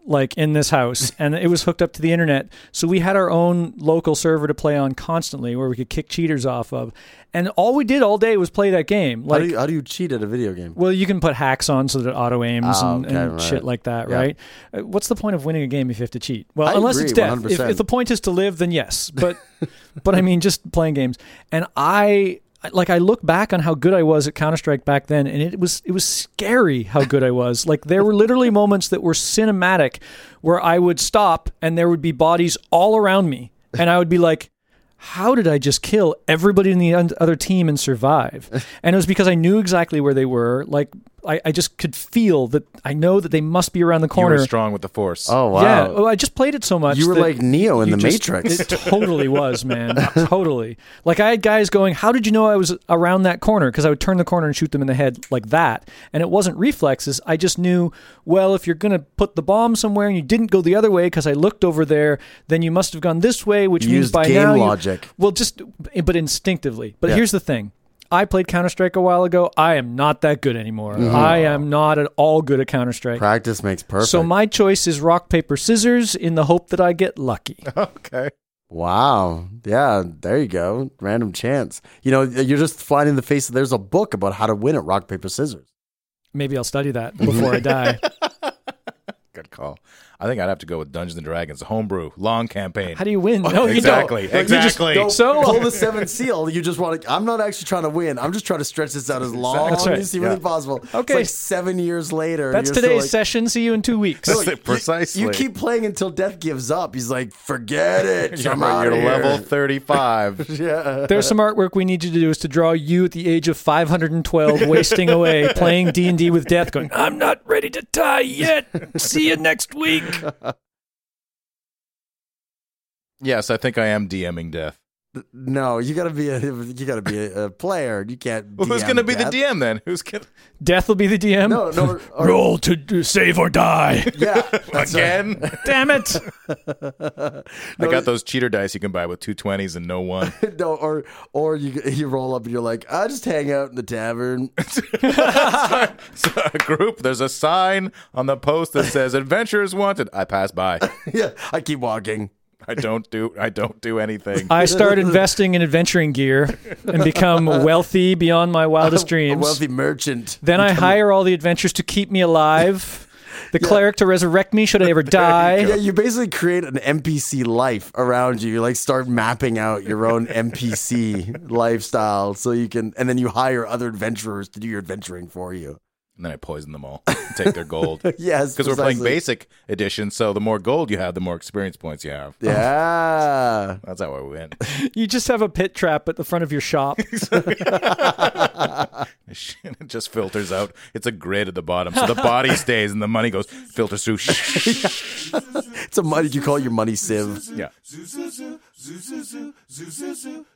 Speaker 2: like in this house, and it was hooked up to the internet. So we had our own local server to play on constantly, where we could kick cheaters off of. And all we did all day was play that game.
Speaker 3: How
Speaker 2: Like,
Speaker 3: do you, how do you cheat at a video game?
Speaker 2: well, you can put hacks on so that it auto aims
Speaker 3: Ah,
Speaker 2: and,
Speaker 3: okay,
Speaker 2: and
Speaker 3: right.
Speaker 2: shit like that,
Speaker 3: Yeah.
Speaker 2: right? Uh, What's the point of winning a game if you have to cheat? Well,
Speaker 3: I
Speaker 2: unless
Speaker 3: agree,
Speaker 2: it's death. If,
Speaker 3: 100%.
Speaker 2: if the point is to live, then yes. But but I mean, just playing games. And I like I look back on how good I was at Counter Strike back then, and it was it was scary how good I was. Like there were literally moments that were cinematic where I would stop and there would be bodies all around me, and I would be like. How did I just kill everybody in the un- other team and survive? And it was because I knew exactly where they were. Like I, I just could feel that I know that they must be around the
Speaker 1: You
Speaker 2: corner.
Speaker 1: were strong with the force.
Speaker 3: Oh wow!
Speaker 2: Yeah. Well, I just played it so much.
Speaker 3: you were
Speaker 2: that
Speaker 3: like Neo in
Speaker 2: you
Speaker 3: the
Speaker 2: just-
Speaker 3: Matrix.
Speaker 2: It totally was, man. totally. Like I had guys going, "How did you know I was around that corner?" Because I would turn the corner and shoot them in the head like that, and it wasn't reflexes. I just knew. Well, if you're gonna put the bomb somewhere and you didn't go the other way because I looked over there, then you must have gone this way, which
Speaker 3: You
Speaker 2: means
Speaker 3: used
Speaker 2: by
Speaker 3: game
Speaker 2: now you-
Speaker 3: logic.
Speaker 2: well, just but instinctively. But
Speaker 3: Yeah.
Speaker 2: here's the thing. I played Counter Strike a while ago. I am not that good anymore. I am not at all good at Counter Strike.
Speaker 3: Practice makes Mm-hmm. perfect.
Speaker 2: So my choice is rock paper scissors in the hope that I get lucky.
Speaker 1: okay.
Speaker 3: Wow. Yeah, there you go. Random chance. You know, you're just flying in the face. There's a book about how to win at rock, paper, scissors.
Speaker 2: Maybe I'll study that before I die.
Speaker 1: Good call. I think I'd have to go with Dungeons and Dragons homebrew long campaign.
Speaker 2: How do you win? No,
Speaker 1: exactly.
Speaker 2: you don't.
Speaker 1: Exactly.
Speaker 2: You just, so
Speaker 3: pull the seventh seal. You just want to. I'm not actually trying to win. I'm just trying to stretch this out as long
Speaker 2: That's right.
Speaker 3: as humanly
Speaker 1: Yeah.
Speaker 3: possible. It's
Speaker 2: Okay.
Speaker 3: like seven years later.
Speaker 2: that's
Speaker 3: you're still
Speaker 2: today's
Speaker 3: like-
Speaker 2: session. See you in two weeks.
Speaker 1: That's it, precisely.
Speaker 3: You keep playing until death gives up. He's like, forget it.
Speaker 1: You're,
Speaker 3: I'm out
Speaker 1: you're
Speaker 3: of here.
Speaker 1: level 35.
Speaker 2: There's some artwork we need you to do is to draw you at the age of 512 wasting away playing D&D with death going, "I'm not ready to die yet. See you next week."
Speaker 1: yes, I think I am DMing death.
Speaker 3: No, you gotta be a you gotta be a, a player. You can't.
Speaker 1: Well, who's
Speaker 3: DM
Speaker 1: going to be
Speaker 3: death.
Speaker 1: the DM then? Who's going to.
Speaker 2: Death will be the DM.
Speaker 3: No, no. or- or-
Speaker 5: Roll to do- save or die.
Speaker 3: yeah,
Speaker 1: Again?
Speaker 2: Damn it.
Speaker 1: I got those cheater dice you can buy with two 20s and no one.
Speaker 3: No, or or you you roll up and you're like, I just hang out in the tavern.
Speaker 1: So a group, there's a sign on the post that says "Adventurers Wanted." I pass by.
Speaker 3: yeah, I keep walking.
Speaker 1: I don't do. I don't do anything.
Speaker 2: I start investing in adventuring gear and become wealthy beyond my wildest
Speaker 3: A
Speaker 2: dreams.
Speaker 3: wealthy merchant.
Speaker 2: Then I hire all the adventures to keep me alive. The cleric to resurrect me should I ever die.
Speaker 3: Yeah, you basically create an NPC life around you. You like start mapping out your own NPC lifestyle so you can, and then you hire other adventurers to do your adventuring for you.
Speaker 1: and then I poison them all. and Take their gold.
Speaker 3: Yes,
Speaker 1: Because we're playing
Speaker 3: precisely.
Speaker 1: basic edition, so the more gold you have, the more experience points you have.
Speaker 3: Yeah.
Speaker 1: That's how I win.
Speaker 2: You just have a pit trap at the front of your shop.
Speaker 1: it just filters out. It's a grid at the bottom, so the body stays and the money goes filters through.
Speaker 3: It's a money, you call your money sieve.
Speaker 1: yeah.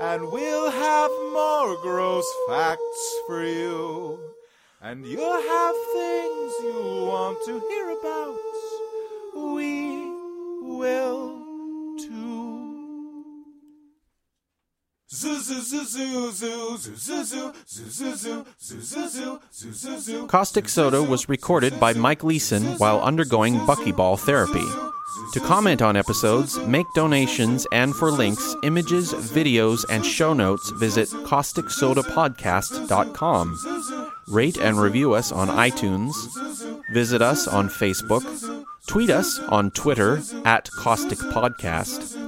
Speaker 7: And we'll have more gross facts for you. And you'll have things you want to hear about. We will too. Zoo zoo zoo zoo zoo zoo zoo zoo zoo zoo zoo zoo zoo zoo zoo zoo zoo.
Speaker 8: Caustic Soda was recorded by Mike Leeson while undergoing buckyball therapy. To comment on episodes, make donations, and for links, images, videos, and show notes, visit causticsodapodcast.com. Rate and review us on iTunes. Visit us on Facebook. Tweet us on Twitter at Caustic Podcast.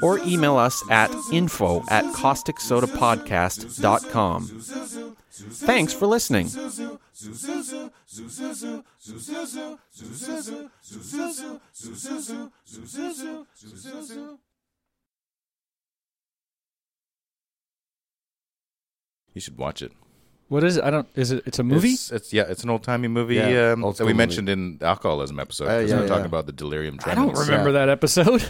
Speaker 8: Or email us at info at causticsodapodcast.com. Thanks for listening.
Speaker 1: You should watch it.
Speaker 2: What is it? I don't. Is it? It's a movie.
Speaker 1: It's, it's- yeah, it's an old timey movie
Speaker 3: Yeah,
Speaker 1: um,
Speaker 3: old
Speaker 1: that we
Speaker 3: school
Speaker 1: mentioned in the alcoholism episode.
Speaker 3: Uh,
Speaker 1: 'cause
Speaker 3: yeah,
Speaker 1: we we're
Speaker 3: yeah.
Speaker 2: uh,
Speaker 1: talking about the delirium
Speaker 2: I don't
Speaker 1: tremens.
Speaker 2: remember that episode.